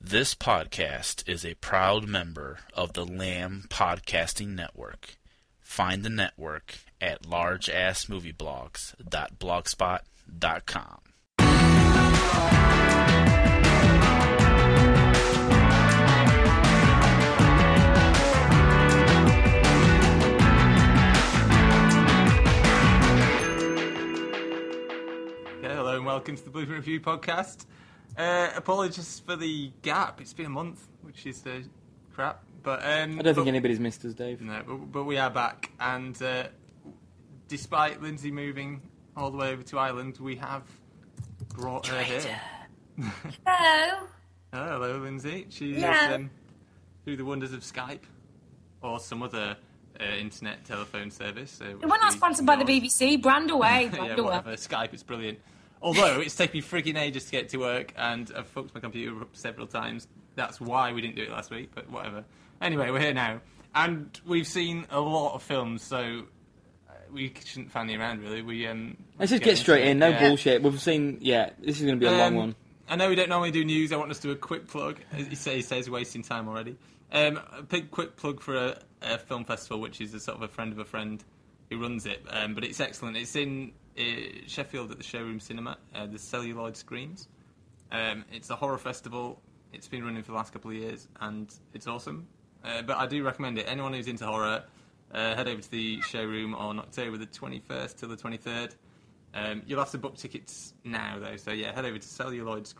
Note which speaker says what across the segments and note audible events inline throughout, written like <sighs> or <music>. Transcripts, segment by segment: Speaker 1: This podcast is a proud member of the Lamb Podcasting Network. Find the network at largeassmovieblogs.blogspot.com.
Speaker 2: Yeah, hello and welcome to the Blooper Review podcast. Uh, apologies for the gap. It's been a month, which is uh, crap. But um,
Speaker 3: I don't
Speaker 2: but,
Speaker 3: think anybody's missed us, Dave.
Speaker 2: no, but, but we are back, and uh, despite Lindsay moving all the way over to Ireland, we have brought her here.
Speaker 4: Hello.
Speaker 2: Oh, hello, Lindsay. She is
Speaker 4: Yeah.
Speaker 2: um, through the wonders of Skype or some other uh, internet telephone service. Uh,
Speaker 4: We're not sponsored by the BBC. Brand
Speaker 3: <laughs>
Speaker 4: away. Brand
Speaker 2: <laughs> yeah,
Speaker 4: away.
Speaker 2: whatever. Skype is brilliant. Although it's taken me freaking ages to get to work, and I've fucked my computer up several times. That's why we didn't do it last week, but whatever. Anyway, we're here now, and we've seen a lot of films, so uh, we shouldn't fanny around really. We um,
Speaker 3: Let's just get straight
Speaker 2: into
Speaker 3: in.
Speaker 2: it,
Speaker 3: No
Speaker 2: yeah.
Speaker 3: bullshit. We've seen. Yeah, this is going to be a long
Speaker 2: Um,
Speaker 3: one.
Speaker 2: I know we don't normally do news. I want us to do a quick plug. As He says, he says wasting time already. Um, a big quick plug for a, a film festival, which is a sort of a friend of a friend who runs it. Um, but it's excellent. It's in uh, Sheffield at the Showroom Cinema, uh, the Celluloid Screens. Um, it's a horror festival. It's been running for the last couple of years, and it's awesome. Uh, but I do recommend it. Anyone who's into horror, uh, head over to the showroom on October the 21st till the 23rd. Um, you'll have to book tickets now, though. So yeah, head over to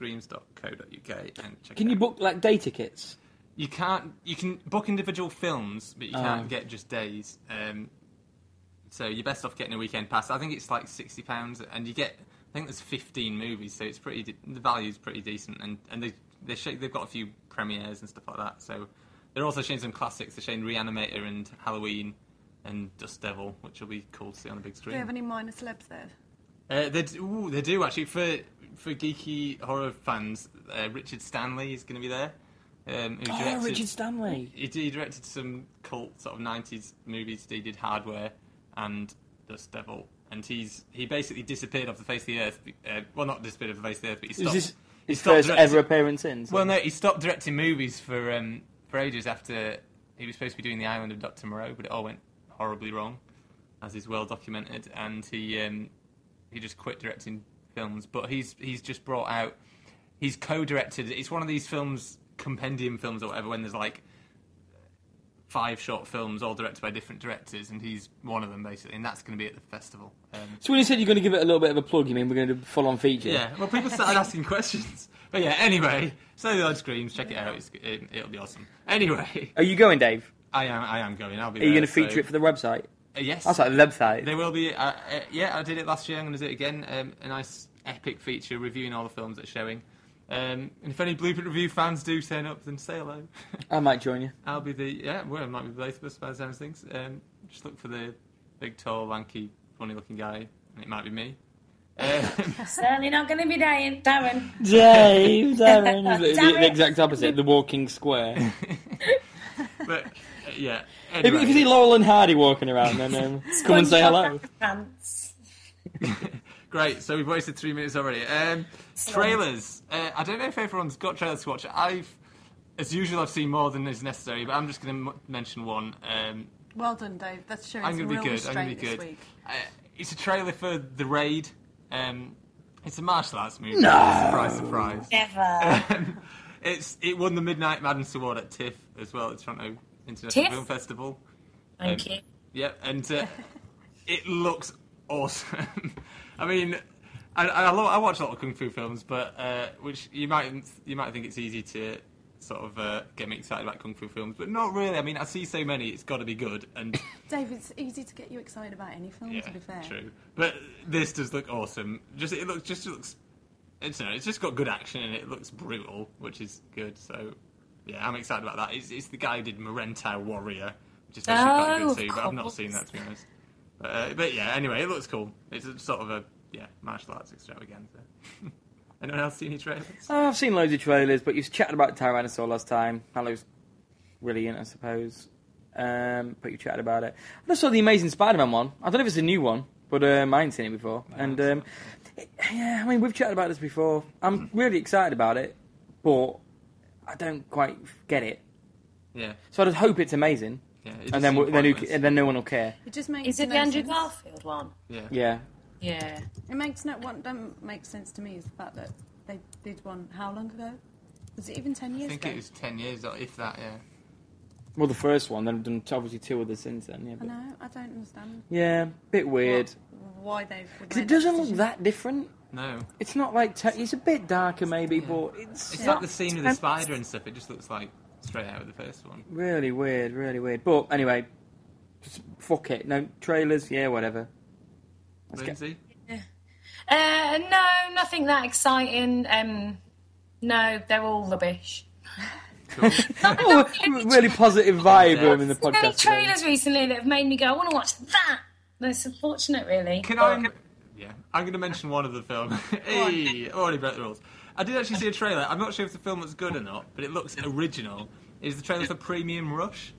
Speaker 2: celluloidscreams.co.uk and check.
Speaker 3: Can
Speaker 2: it
Speaker 3: you
Speaker 2: out.
Speaker 3: book like day tickets?
Speaker 2: You can't. You can book individual films, but you can't
Speaker 3: Oh.
Speaker 2: get just days. Um, so you're best off getting a weekend pass. I think it's like sixty pounds, and you get. I think there's fifteen movies, so it's pretty. De- the value's pretty decent, and and they they sh- they've got a few premieres and stuff like that. So they're also showing some classics. They're showing Reanimator and Halloween and Dust Devil, which will be cool to see on the big
Speaker 5: Do
Speaker 2: screen.
Speaker 5: you have any minor celebs there?
Speaker 2: Uh, they, d- ooh, they do actually for for geeky horror fans. Uh, Richard Stanley is going to be there. Um, who
Speaker 3: Oh,
Speaker 2: directed-
Speaker 3: Richard Stanley.
Speaker 2: He, he directed some cult sort of nineties movies. He did Hardware and Dust Devil, and he's he basically disappeared off the face of the earth. Uh, well, not disappeared off the face of the earth, but he
Speaker 3: Is
Speaker 2: stopped.
Speaker 3: this
Speaker 2: he
Speaker 3: his
Speaker 2: stopped
Speaker 3: first
Speaker 2: directing-
Speaker 3: ever appearance in? so-
Speaker 2: Well, no, he stopped directing movies for um, for ages after he was supposed to be doing The Island of Doctor Moreau, but it all went horribly wrong, as is well documented, and he um, he just quit directing films. But he's he's just brought out he's co-directed. It's one of these films compendium films or whatever when there's like five short films all directed by different directors, and he's one of them basically, and that's going to be at the festival. Um,
Speaker 3: So when you said you're going to give it a little bit of a plug, you mean we're going to do full on feature?
Speaker 2: yeah, well, people started
Speaker 3: <laughs>
Speaker 2: asking questions. But yeah, anyway, so the odd screams, check it out. It's, it, it'll be awesome. Anyway, <laughs>
Speaker 3: Are you going, Dave?
Speaker 2: I am, I am going. I'll be.
Speaker 3: Are you going to feature it for the website?
Speaker 2: Uh, yes,
Speaker 3: That's like the
Speaker 2: there
Speaker 3: website.
Speaker 2: will be. Uh, uh, yeah, I did it last year. I'm going to do it again. Um, a nice epic feature reviewing all the films that are showing. Um, and if any Blueprint Review fans do turn up, then say hello. <laughs>
Speaker 3: I might join you.
Speaker 2: I'll be the yeah. Well, it might be both of us by the sounds of things. Um, just look for the big, tall, lanky, funny-looking guy, and it might be me. Um, <laughs>
Speaker 4: Certainly not going to be dying, Darren.
Speaker 3: <laughs> Dave, Darren. the, the,
Speaker 4: Darren.
Speaker 3: the exact opposite. The walking square.
Speaker 2: but uh, yeah.
Speaker 3: if,
Speaker 2: Anyway.
Speaker 3: if you see Laurel and Hardy walking around, then <laughs> um, come and say hello.
Speaker 4: Pants.
Speaker 2: Great. So we've wasted three minutes already. Um, trailers. Uh, I don't know if everyone's got trailers to watch. I've, as usual, I've seen more than is necessary, but I'm just going to m- mention one. Um,
Speaker 5: Well done, Dave. That's showing
Speaker 2: I'm
Speaker 5: some
Speaker 2: going to
Speaker 5: real
Speaker 2: be good. I'm going
Speaker 5: restraint
Speaker 2: to be
Speaker 5: this
Speaker 2: good.
Speaker 5: week.
Speaker 2: Uh, it's a trailer for The Raid. Um, it's a martial arts movie. No. Surprise, surprise.
Speaker 3: <laughs>
Speaker 4: Never.
Speaker 2: Um, it's it won the Midnight Madness Award at TIFF as well, the Toronto International
Speaker 4: TIFF?
Speaker 2: Film Festival.
Speaker 4: Thank
Speaker 2: Um,
Speaker 4: you.
Speaker 2: Yep, and uh, it looks awesome. <laughs> I mean, I, I, lo- I watch a lot of kung fu films, but uh, which you might you might think it's easy to sort of uh, get me excited about kung fu films, but not really. I mean, I see so many; it's got to be good. And
Speaker 5: Dave, it's easy to get you excited about any film,
Speaker 2: yeah,
Speaker 5: to be fair.
Speaker 2: true. But this does look awesome. Just it looks just looks. It's no, it's just got good action and it looks brutal, which is good. So yeah, I'm excited about that. It's, it's the guy who did Morenta Warrior, which is actually quite
Speaker 4: Oh,
Speaker 2: good
Speaker 4: of
Speaker 2: too. But I've not
Speaker 4: course.
Speaker 2: seen that to be honest. But, uh, but yeah, anyway, it looks cool. It's a, sort of a yeah martial arts extravaganza. <laughs> Anyone else see any trailers?
Speaker 3: Oh, I've seen loads of trailers, but you was chatting about Tyrannosaur last time. That looks brilliant, I suppose. Um, but you chatted about it. I just saw the Amazing Spider-Man one. I don't know if it's a new one, but um, I ain't seen it before. and um, it- yeah, I mean, we've chatted about this before. I'm really excited about it, but I don't quite get it.
Speaker 2: Yeah,
Speaker 3: So I just hope it's amazing,
Speaker 2: yeah. it
Speaker 3: and
Speaker 2: just
Speaker 3: then
Speaker 2: seemed
Speaker 3: we- then, who,
Speaker 2: pointless.
Speaker 3: and then no one will care.
Speaker 5: It just makes
Speaker 6: Is it
Speaker 5: no
Speaker 6: the Andrew
Speaker 5: sense.
Speaker 6: Garfield one?
Speaker 2: yeah.
Speaker 3: Yeah,
Speaker 6: Yeah.
Speaker 5: It makes no what don't make sense to me is the fact that they did one how long ago? Was it even ten
Speaker 2: I
Speaker 5: years
Speaker 2: think
Speaker 5: ago?
Speaker 2: it was ten years, or if that. Yeah.
Speaker 3: well, the first one, then I've done obviously two others since then. Yeah,
Speaker 5: I
Speaker 3: but,
Speaker 5: know. I don't understand
Speaker 3: yeah, bit weird
Speaker 5: what- why they've.
Speaker 3: because it doesn't look that different.
Speaker 2: No,
Speaker 3: It's not like te- it's a bit darker maybe, but it's
Speaker 2: it's
Speaker 5: Yeah.
Speaker 2: like the scene with the
Speaker 3: Um,
Speaker 2: spider and stuff. It just looks like straight out of the first one.
Speaker 3: Really weird, really weird. But anyway, just fuck it. No trailers, yeah, whatever. Let's get-
Speaker 2: Lindsay,
Speaker 6: Uh, no, nothing that exciting. Um, no, they're all rubbish.
Speaker 2: cool.
Speaker 3: <laughs> Oh, really positive vibe um, in the
Speaker 6: There's many
Speaker 3: podcast. today.
Speaker 6: trailers recently that have made me go, I want to watch that. That's unfortunate, really.
Speaker 2: Can I? Yeah, I'm going to mention one of the film. <laughs> hey, already broke the rules. I did actually see a trailer. I'm not sure if the film was good or not, but it looks original. Is the trailer for Premium Rush?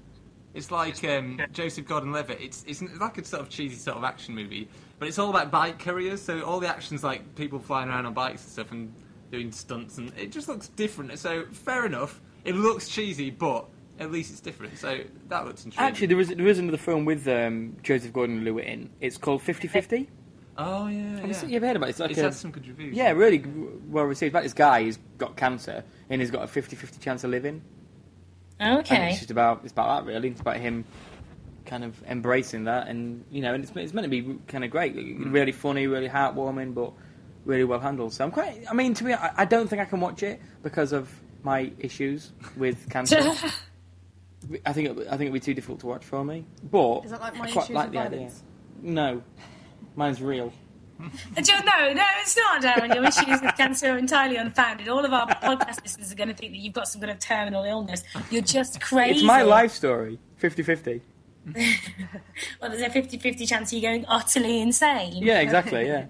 Speaker 2: It's like um, Joseph Gordon-Levitt. It's it's like a sort of cheesy sort of action movie, but it's all about bike couriers. So all the actions like people flying around on bikes and stuff and doing stunts, and it just looks different. So fair enough. It looks cheesy, but at least it's different. So that looks intriguing.
Speaker 3: Actually, there is there is another film with um, Joseph Gordon-Levitt in. It's called Fifty Fifty.
Speaker 2: oh yeah,
Speaker 3: Have you
Speaker 2: yeah.
Speaker 3: seen- you've heard about it? It's like
Speaker 2: it's
Speaker 3: a-
Speaker 2: had some good reviews.
Speaker 3: Yeah, really g- well received. About this guy who's got cancer and he's got a 50-50 chance of living. And
Speaker 6: Okay.
Speaker 3: it's just about it's about that really. It's about him kind of embracing that, and you know, and it's, it's meant to be kind of great, really funny, really heartwarming, but really well handled. So I'm quite. I mean, to me, I, I don't think I can watch it because of my issues
Speaker 5: <laughs>
Speaker 3: with cancer.
Speaker 6: <laughs>
Speaker 3: I think it, I think it'd be too difficult to watch for me. But
Speaker 5: Is that like
Speaker 3: I
Speaker 5: my
Speaker 3: quite
Speaker 5: issues
Speaker 3: like
Speaker 5: with
Speaker 3: the idea.
Speaker 5: violence?
Speaker 3: No, mine's real.
Speaker 6: Do you- No, no, it's not, Darren. Your issues with cancer are entirely unfounded. All of our podcast listeners are going to think that you've got some kind of terminal illness. You're just crazy.
Speaker 3: It's my life story, 50-50.
Speaker 6: Well, there's a 50 50 chance you're going utterly insane.
Speaker 3: Yeah, exactly. Yeah.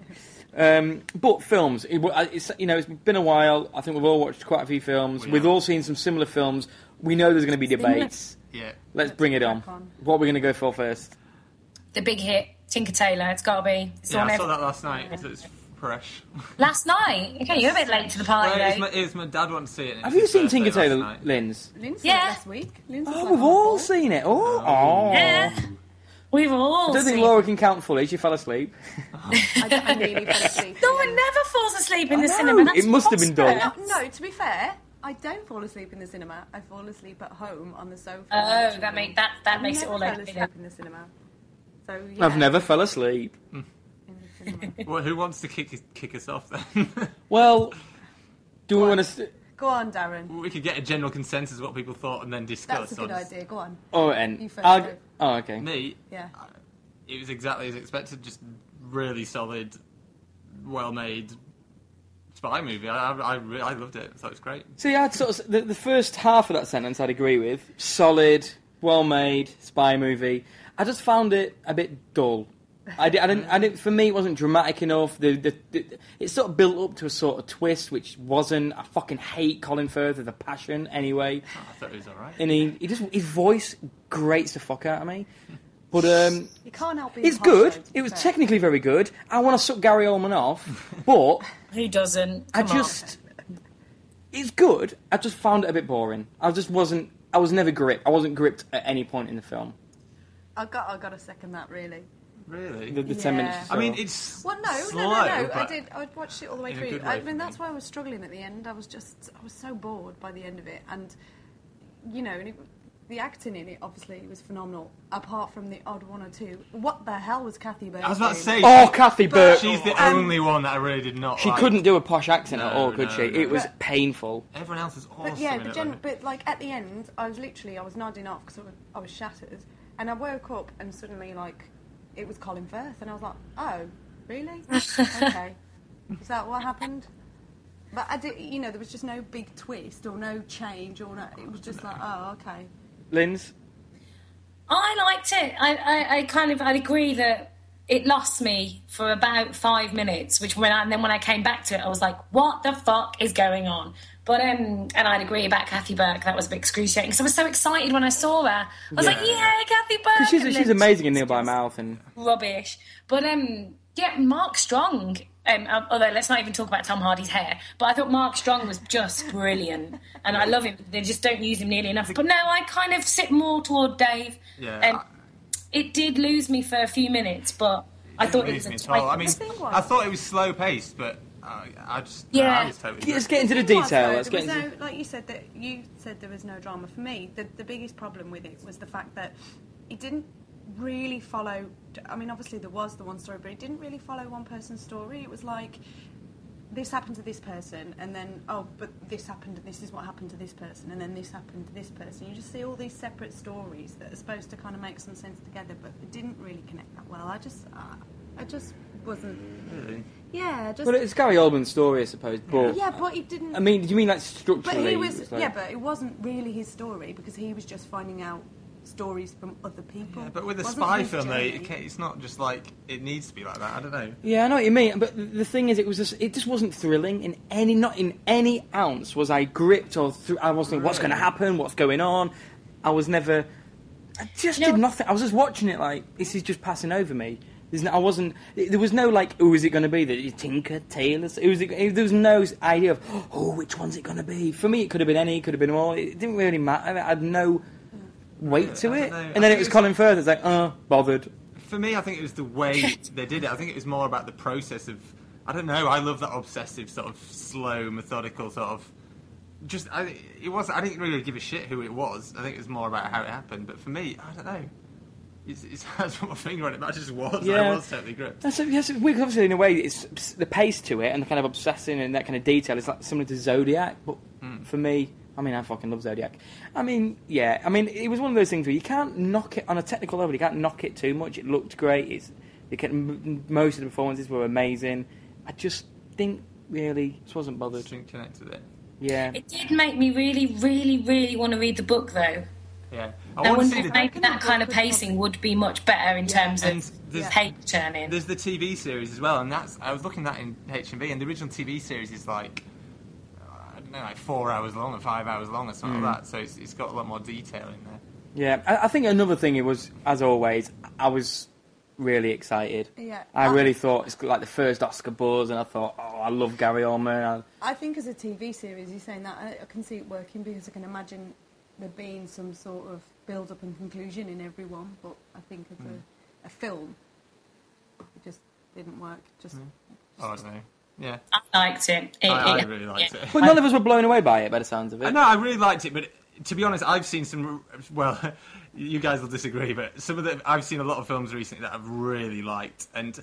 Speaker 3: Um, but films, it, wa- it's, you know, it's been a while. I think we've all watched quite a few films.
Speaker 2: We
Speaker 3: We've
Speaker 2: have.
Speaker 3: all seen some similar films. We know there's going to be debates.
Speaker 2: yeah.
Speaker 3: Let's bring it on.
Speaker 5: crack on.
Speaker 3: What are we going to go for first?
Speaker 6: The big hit, Tinker Tailor. It's got to be. It's
Speaker 2: Yeah,
Speaker 6: on
Speaker 2: I saw
Speaker 6: every-
Speaker 2: that last night. It was fresh.
Speaker 6: Last night. Okay, you're a bit late to the party,
Speaker 2: Well, it was
Speaker 6: though.
Speaker 2: my, it was my dad wanted to see it. and it
Speaker 3: Have
Speaker 2: was
Speaker 3: you
Speaker 2: his
Speaker 3: seen
Speaker 2: birthday
Speaker 3: Tinker
Speaker 2: last
Speaker 3: Tailor
Speaker 2: night.
Speaker 3: Lins?
Speaker 5: Lindsay
Speaker 6: Yeah.
Speaker 5: last week. Lindsay
Speaker 3: Oh, we've all seen it. Oh, oh.
Speaker 6: Yeah. We've all
Speaker 3: I don't
Speaker 6: seen.
Speaker 3: think Laura can count fully. She fell asleep.
Speaker 5: I, I really
Speaker 6: <laughs>
Speaker 5: fell
Speaker 3: <laughs>
Speaker 5: asleep.
Speaker 6: No one never falls asleep in
Speaker 3: I
Speaker 6: the
Speaker 3: know,
Speaker 6: cinema. That's
Speaker 3: it must have been dull.
Speaker 6: preposterous.
Speaker 5: No, to be fair, I don't fall asleep in the cinema. I fall asleep at home on the sofa.
Speaker 6: Oh, that make that that
Speaker 5: I
Speaker 6: makes it
Speaker 5: never
Speaker 6: all
Speaker 5: fell
Speaker 6: okay.
Speaker 5: asleep in the cinema. So yeah,
Speaker 3: I've never fell asleep.
Speaker 5: in the cinema.
Speaker 2: Well, who wants to kick us- kick us off then? <laughs>
Speaker 3: Well, do we
Speaker 5: What?
Speaker 3: want to? St-
Speaker 5: Go on, Darren.
Speaker 2: we could get a general consensus of what people thought and then discuss.
Speaker 5: That's a good
Speaker 2: or just-
Speaker 5: idea. Go on.
Speaker 3: oh,
Speaker 5: You
Speaker 3: and
Speaker 5: first,
Speaker 3: I'll,
Speaker 5: Dave.
Speaker 3: oh, okay.
Speaker 2: Me,
Speaker 5: Yeah.
Speaker 2: it was exactly as expected. Just really solid, well made spy movie. I I, I, re- I loved it. I thought it was great.
Speaker 3: See, I'd sort of the, the first half of that sentence I'd agree with. Solid, well made spy movie. I just found it a bit dull. I, di- I didn't. I didn't. For me, it wasn't dramatic enough. The, the, the it sort of built up to a sort of twist, which wasn't. I fucking hate Colin Firth with a passion. Anyway,
Speaker 2: I thought it was all right.
Speaker 3: and he, he just his voice grates the fuck out of me. But um,
Speaker 5: You can't help being
Speaker 3: it's
Speaker 5: harsh, though,
Speaker 3: good.
Speaker 5: to be
Speaker 3: It was
Speaker 5: fair.
Speaker 3: technically very good. I want to suck Gary Oldman off, but
Speaker 6: Who doesn't?
Speaker 3: I
Speaker 6: Come on.
Speaker 3: just it's good. I just found it a bit boring. I just wasn't. I was never gripped. I wasn't gripped at any point in the film.
Speaker 5: I got. I got to second that really.
Speaker 2: Really.
Speaker 3: The, the ten
Speaker 5: Yeah.
Speaker 3: minutes. or
Speaker 2: I mean,
Speaker 3: so.
Speaker 2: it's
Speaker 5: Well, no,
Speaker 2: slow,
Speaker 5: no, no, no. I
Speaker 2: but
Speaker 5: did. I watched it all the way
Speaker 2: in a
Speaker 5: through.
Speaker 2: good way
Speaker 5: I
Speaker 2: for
Speaker 5: mean,
Speaker 2: me.
Speaker 5: that's why I was struggling at the end. I was just, I was so bored by the end of it, and you know, and it, the acting in it obviously was phenomenal. Apart from the odd one or two, what the hell was Kathy Bates?
Speaker 2: I was about to
Speaker 5: doing?
Speaker 2: say.
Speaker 3: oh, Kathy Burke. She,
Speaker 2: She's the
Speaker 5: Um,
Speaker 2: only one that I really did not. like.
Speaker 3: couldn't do a posh accent at
Speaker 2: No,
Speaker 3: all, could
Speaker 2: no,
Speaker 3: she?
Speaker 2: no.
Speaker 3: It was
Speaker 5: But-
Speaker 3: painful.
Speaker 2: Everyone else is awesome.
Speaker 5: But yeah,
Speaker 2: in
Speaker 5: but,
Speaker 2: it,
Speaker 5: gen-
Speaker 2: wasn't it?
Speaker 5: but like at the end, I was literally, I was nodding off because I was, I was shattered, and I woke up and suddenly like, it was Colin Firth, and I was like, oh, really? okay, is that what happened? But I did, you know, there was just no big twist or no change or no. It was just like, oh, okay.
Speaker 3: Lynn's.
Speaker 6: I liked it. I, I, I kind of I agree that it lost me for about five minutes, which when I, and then when I came back to it, I was like, "What the fuck is going on?" But um, and I'd agree about Kathy Burke. That was a bit excruciating because I was so excited when I saw her. I was like, "Yeah, Kathy Burke!"
Speaker 3: She's,
Speaker 6: And
Speaker 3: she's
Speaker 6: then
Speaker 3: amazing in
Speaker 6: she's
Speaker 3: Neil by
Speaker 6: just
Speaker 3: Mouth, and
Speaker 6: Rubbish. But um, yeah, Mark Strong Um, um, although let's not even talk about Tom Hardy's hair. But I thought Mark Strong was just brilliant, and I love him. They just don't use him nearly enough. But no, I kind of sit more toward Dave.
Speaker 2: Yeah,
Speaker 6: Um,
Speaker 2: I-
Speaker 6: it did lose me for a few minutes, but I thought it
Speaker 2: didn't
Speaker 6: was.
Speaker 2: lose me
Speaker 6: A
Speaker 2: at all. I mean,
Speaker 5: The thing was-
Speaker 2: I thought it was slow paced, but I, I just
Speaker 6: Yeah.
Speaker 2: I was totally.
Speaker 3: Let's get into the
Speaker 5: thing was,
Speaker 3: detail.
Speaker 5: though,
Speaker 3: Let's
Speaker 5: there
Speaker 3: get
Speaker 5: was
Speaker 3: into.
Speaker 5: no, like you said that you said there was no drama for me. The the biggest problem with it was the fact that it didn't really follow. I mean, obviously there was the one story, but it didn't really follow one person's story. It was like this happened to this person, and then oh, but this happened, and this is what happened to this person, and then this happened to this person. You just see all these separate stories that are supposed to kind of make some sense together, but it didn't really connect that well. I just, I, I just wasn't.
Speaker 2: Really.
Speaker 5: Yeah, I just.
Speaker 3: Well, it's Gary Oldman's story, I suppose. But
Speaker 5: yeah, but it didn't.
Speaker 3: I mean, do you mean like
Speaker 5: But
Speaker 3: structurally?
Speaker 5: he was,
Speaker 3: it's like-
Speaker 5: yeah, but it wasn't really his story because he was just finding out stories from other people.
Speaker 2: Yeah, but with a
Speaker 5: Wasn't
Speaker 2: spy
Speaker 5: his
Speaker 2: film, though,
Speaker 5: journey.
Speaker 2: it, ca- it's not just like it needs to be like that. I don't know.
Speaker 3: Yeah, I know what you mean, but th- the thing is, it was just, it just wasn't thrilling in any not in any ounce was I gripped or thr- I was thinking what's going to
Speaker 2: Right.
Speaker 3: happen, what's going on. I was never, I just
Speaker 6: You know-
Speaker 3: did nothing. I was just watching it like this is just passing over me. There's no, I wasn't. There was no like, who is it going to be? The Tinker Tailor? Who is it? it- There was no idea of oh, which one's it going to be? For me, it could have been any, it could have been all. It didn't really matter. I had no weight to
Speaker 2: I
Speaker 3: it.
Speaker 2: don't know. I
Speaker 3: And then
Speaker 2: think
Speaker 3: it was
Speaker 2: it's-
Speaker 3: Colin Firth. It's like, uh, bothered.
Speaker 2: For me, I think it was the way they did it. I think it was more about the process of. I don't know. I love that obsessive sort of slow, methodical sort of. Just I, it was. I didn't really give a shit who it was. I think it was more about how it happened. But for me, I don't know. It's, it's <laughs> hard to put my finger on it, but I just was.
Speaker 3: Yeah.
Speaker 2: I was totally gripped.
Speaker 3: That's, that's weird. 'cause Obviously, in a way, it's it's the pace to it and the kind of obsessing and that kind of detail is like similar to Zodiac. But for me, I mean, I fucking love Zodiac. I mean, yeah. I mean, it was one of those things where you can't knock it on a technical level. You can't knock it too much. It looked great. It's you can, m- most of the performances were amazing. I just think really just wasn't bothered.
Speaker 2: Didn't connect with it.
Speaker 3: Yeah.
Speaker 6: It did make me really, really, really want to read the book, though.
Speaker 2: Yeah.
Speaker 6: I
Speaker 2: want to
Speaker 6: wonder
Speaker 2: see
Speaker 6: if
Speaker 2: the.
Speaker 6: maybe that kind of pacing would be much better in terms
Speaker 2: And
Speaker 6: of
Speaker 2: there's-
Speaker 6: page turning.
Speaker 2: There's the TV series as well, and that's I was looking at that in HMV, and the original TV series is like I don't know, like four hours long or five hours long or something like that. So it's, it's got a lot more detail in there.
Speaker 3: Yeah, I, I think another thing it was, as always, I was really excited.
Speaker 5: Yeah.
Speaker 3: I
Speaker 5: Um,
Speaker 3: really thought it's like the first Oscar buzz, and I thought, oh, I love Gary Oldman. I,
Speaker 5: I think as a TV series, you're saying that I, I can see it working because I can imagine there being some sort of build up and conclusion in every one. But I think as
Speaker 2: Mm.
Speaker 5: a, a film, it just didn't work. Just
Speaker 2: Oh, I don't know. Yeah,
Speaker 6: I liked it. It-
Speaker 2: I, I
Speaker 6: it-
Speaker 2: really liked
Speaker 6: Eh, yeah.
Speaker 2: it.
Speaker 3: but none of us were blown away by it, by the sounds of
Speaker 2: I
Speaker 3: it.
Speaker 2: know I really liked it, but to be honest, I've seen some. Well, <laughs> you guys will disagree, but some of the I've seen a lot of films recently that I've really liked, and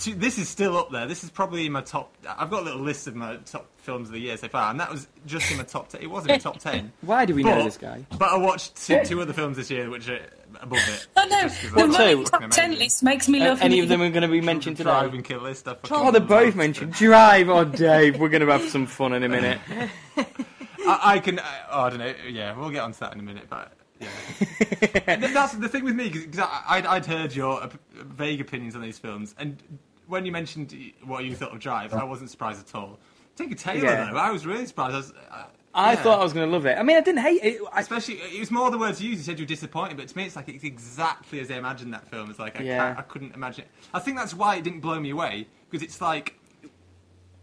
Speaker 2: to, this is still up there. This is probably in my top. I've got a little list of my top films of the year so far, and that was just in my top. ten. It was in my top ten.
Speaker 3: Why do <laughs> we
Speaker 2: but,
Speaker 3: know this guy?
Speaker 2: But I watched two, two other films this year which are above it.
Speaker 6: I know.
Speaker 2: Just 'cause
Speaker 6: Oh, The
Speaker 2: I-
Speaker 3: What two?
Speaker 6: running top ten list makes me
Speaker 3: Uh,
Speaker 6: love
Speaker 3: any
Speaker 6: him
Speaker 3: of them
Speaker 6: even-
Speaker 3: are going to be mentioned
Speaker 2: Drive
Speaker 3: today.
Speaker 2: and Kill List. I fucking
Speaker 3: Oh, they're both
Speaker 2: loved.
Speaker 3: mentioned. Drive or Dave. We're going to have some fun in a minute.
Speaker 2: I, I can. I, oh, I don't know. Yeah, we'll get onto that in a minute, but. Yeah.
Speaker 3: <laughs>
Speaker 2: And that's the thing with me because I'd, I'd heard your op- vague opinions on these films, and when you mentioned what you thought of Drive, I wasn't surprised at all. Take a Taylor
Speaker 3: Yeah.
Speaker 2: though, I was really surprised. I, was, I,
Speaker 3: <laughs> I
Speaker 2: yeah.
Speaker 3: thought I was going to love it. I mean, I didn't hate it. I,
Speaker 2: especially it was more the words you used. You said you were disappointed, but to me, it's like it's exactly as I imagined that film. It's like I,
Speaker 3: Yeah.
Speaker 2: can't, I couldn't imagine. It. I think that's why it didn't blow me away because it's like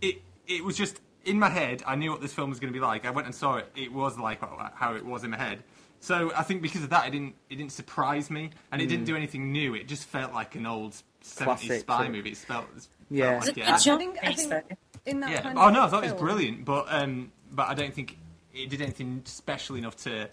Speaker 2: it it was just in my head. I knew what this film was going to be like. I went and saw it. It was like how how it was in my head. So I think because of that, it didn't it didn't surprise me, and it didn't do anything new. It just felt like an old
Speaker 3: Hmm.
Speaker 2: seventies
Speaker 3: Classic
Speaker 2: spy
Speaker 3: sort of-
Speaker 2: movie. It felt, it felt
Speaker 3: Yeah.
Speaker 2: like
Speaker 6: It's a
Speaker 2: it
Speaker 6: good
Speaker 2: had-
Speaker 6: job.
Speaker 5: I think, I think in that
Speaker 2: yeah.
Speaker 5: kind
Speaker 2: Oh
Speaker 5: of
Speaker 2: no, I thought it was
Speaker 5: film-
Speaker 2: brilliant, but um, but I don't think it did anything special enough to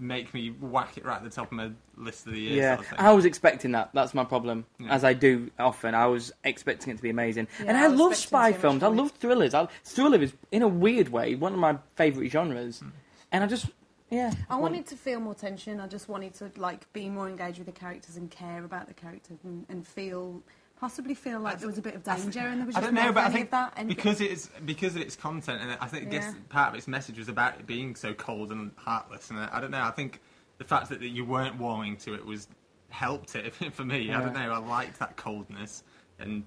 Speaker 2: make me whack it right at the top of my list of the year.
Speaker 3: yeah,
Speaker 2: sort of thing.
Speaker 3: I was expecting that. That's my problem,
Speaker 2: Yeah.
Speaker 3: as I do often. I was expecting it to be amazing,
Speaker 5: Yeah,
Speaker 3: and I,
Speaker 5: I was
Speaker 3: love
Speaker 5: expecting
Speaker 3: spy
Speaker 5: so much
Speaker 3: films. I
Speaker 5: from it.
Speaker 3: love thrillers. I, thriller is, in a weird way, one of my favourite genres, and I just, yeah,
Speaker 5: I
Speaker 3: want-
Speaker 5: wanted to feel more tension. I just wanted to like be more engaged with the characters and care about the characters and, and feel possibly feel like there was a bit of danger and there was
Speaker 2: I
Speaker 5: just
Speaker 2: don't
Speaker 5: not
Speaker 2: know, but I
Speaker 5: any
Speaker 2: think
Speaker 5: of that. And
Speaker 2: because it's because of its content, and I think I guess
Speaker 5: Yeah.
Speaker 2: part of its message was about it being so cold and heartless. And I, I don't know. I think the fact that, that you weren't warming to it was helped it <laughs> for me. I don't
Speaker 3: Yeah.
Speaker 2: know. I liked that coldness, and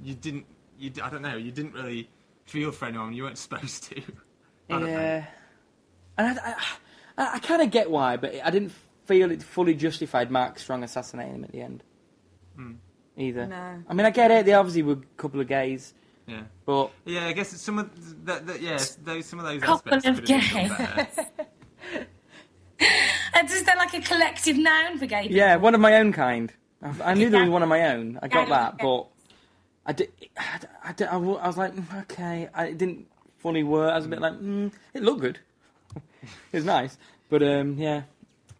Speaker 2: you didn't. You d- I don't know. You didn't really feel for anyone. You weren't <laughs> supposed to. I don't know.
Speaker 3: yeah, and I, I, I kind of get why, but I didn't feel it fully justified Mark Strong assassinating him at the end. either.
Speaker 5: No.
Speaker 3: I mean, I get it. They obviously were a couple of gays,
Speaker 2: Yeah.
Speaker 3: but
Speaker 2: Yeah, I guess some of th- that. that yeah, those some of those
Speaker 6: Couple
Speaker 2: aspects.
Speaker 6: of
Speaker 2: could have been done
Speaker 6: gays.
Speaker 2: better.
Speaker 5: <laughs>
Speaker 6: And Uh, is there like a collective noun for gay people?
Speaker 3: yeah, one of my own kind. I, I knew there was one of my own. I got
Speaker 6: Yeah,
Speaker 3: that,
Speaker 6: okay.
Speaker 3: but I did. I, d- I d- I w- I was like, mm, okay. I, it didn't fully work. I was a bit like, mm, it looked good. <laughs> it was nice, but um, yeah.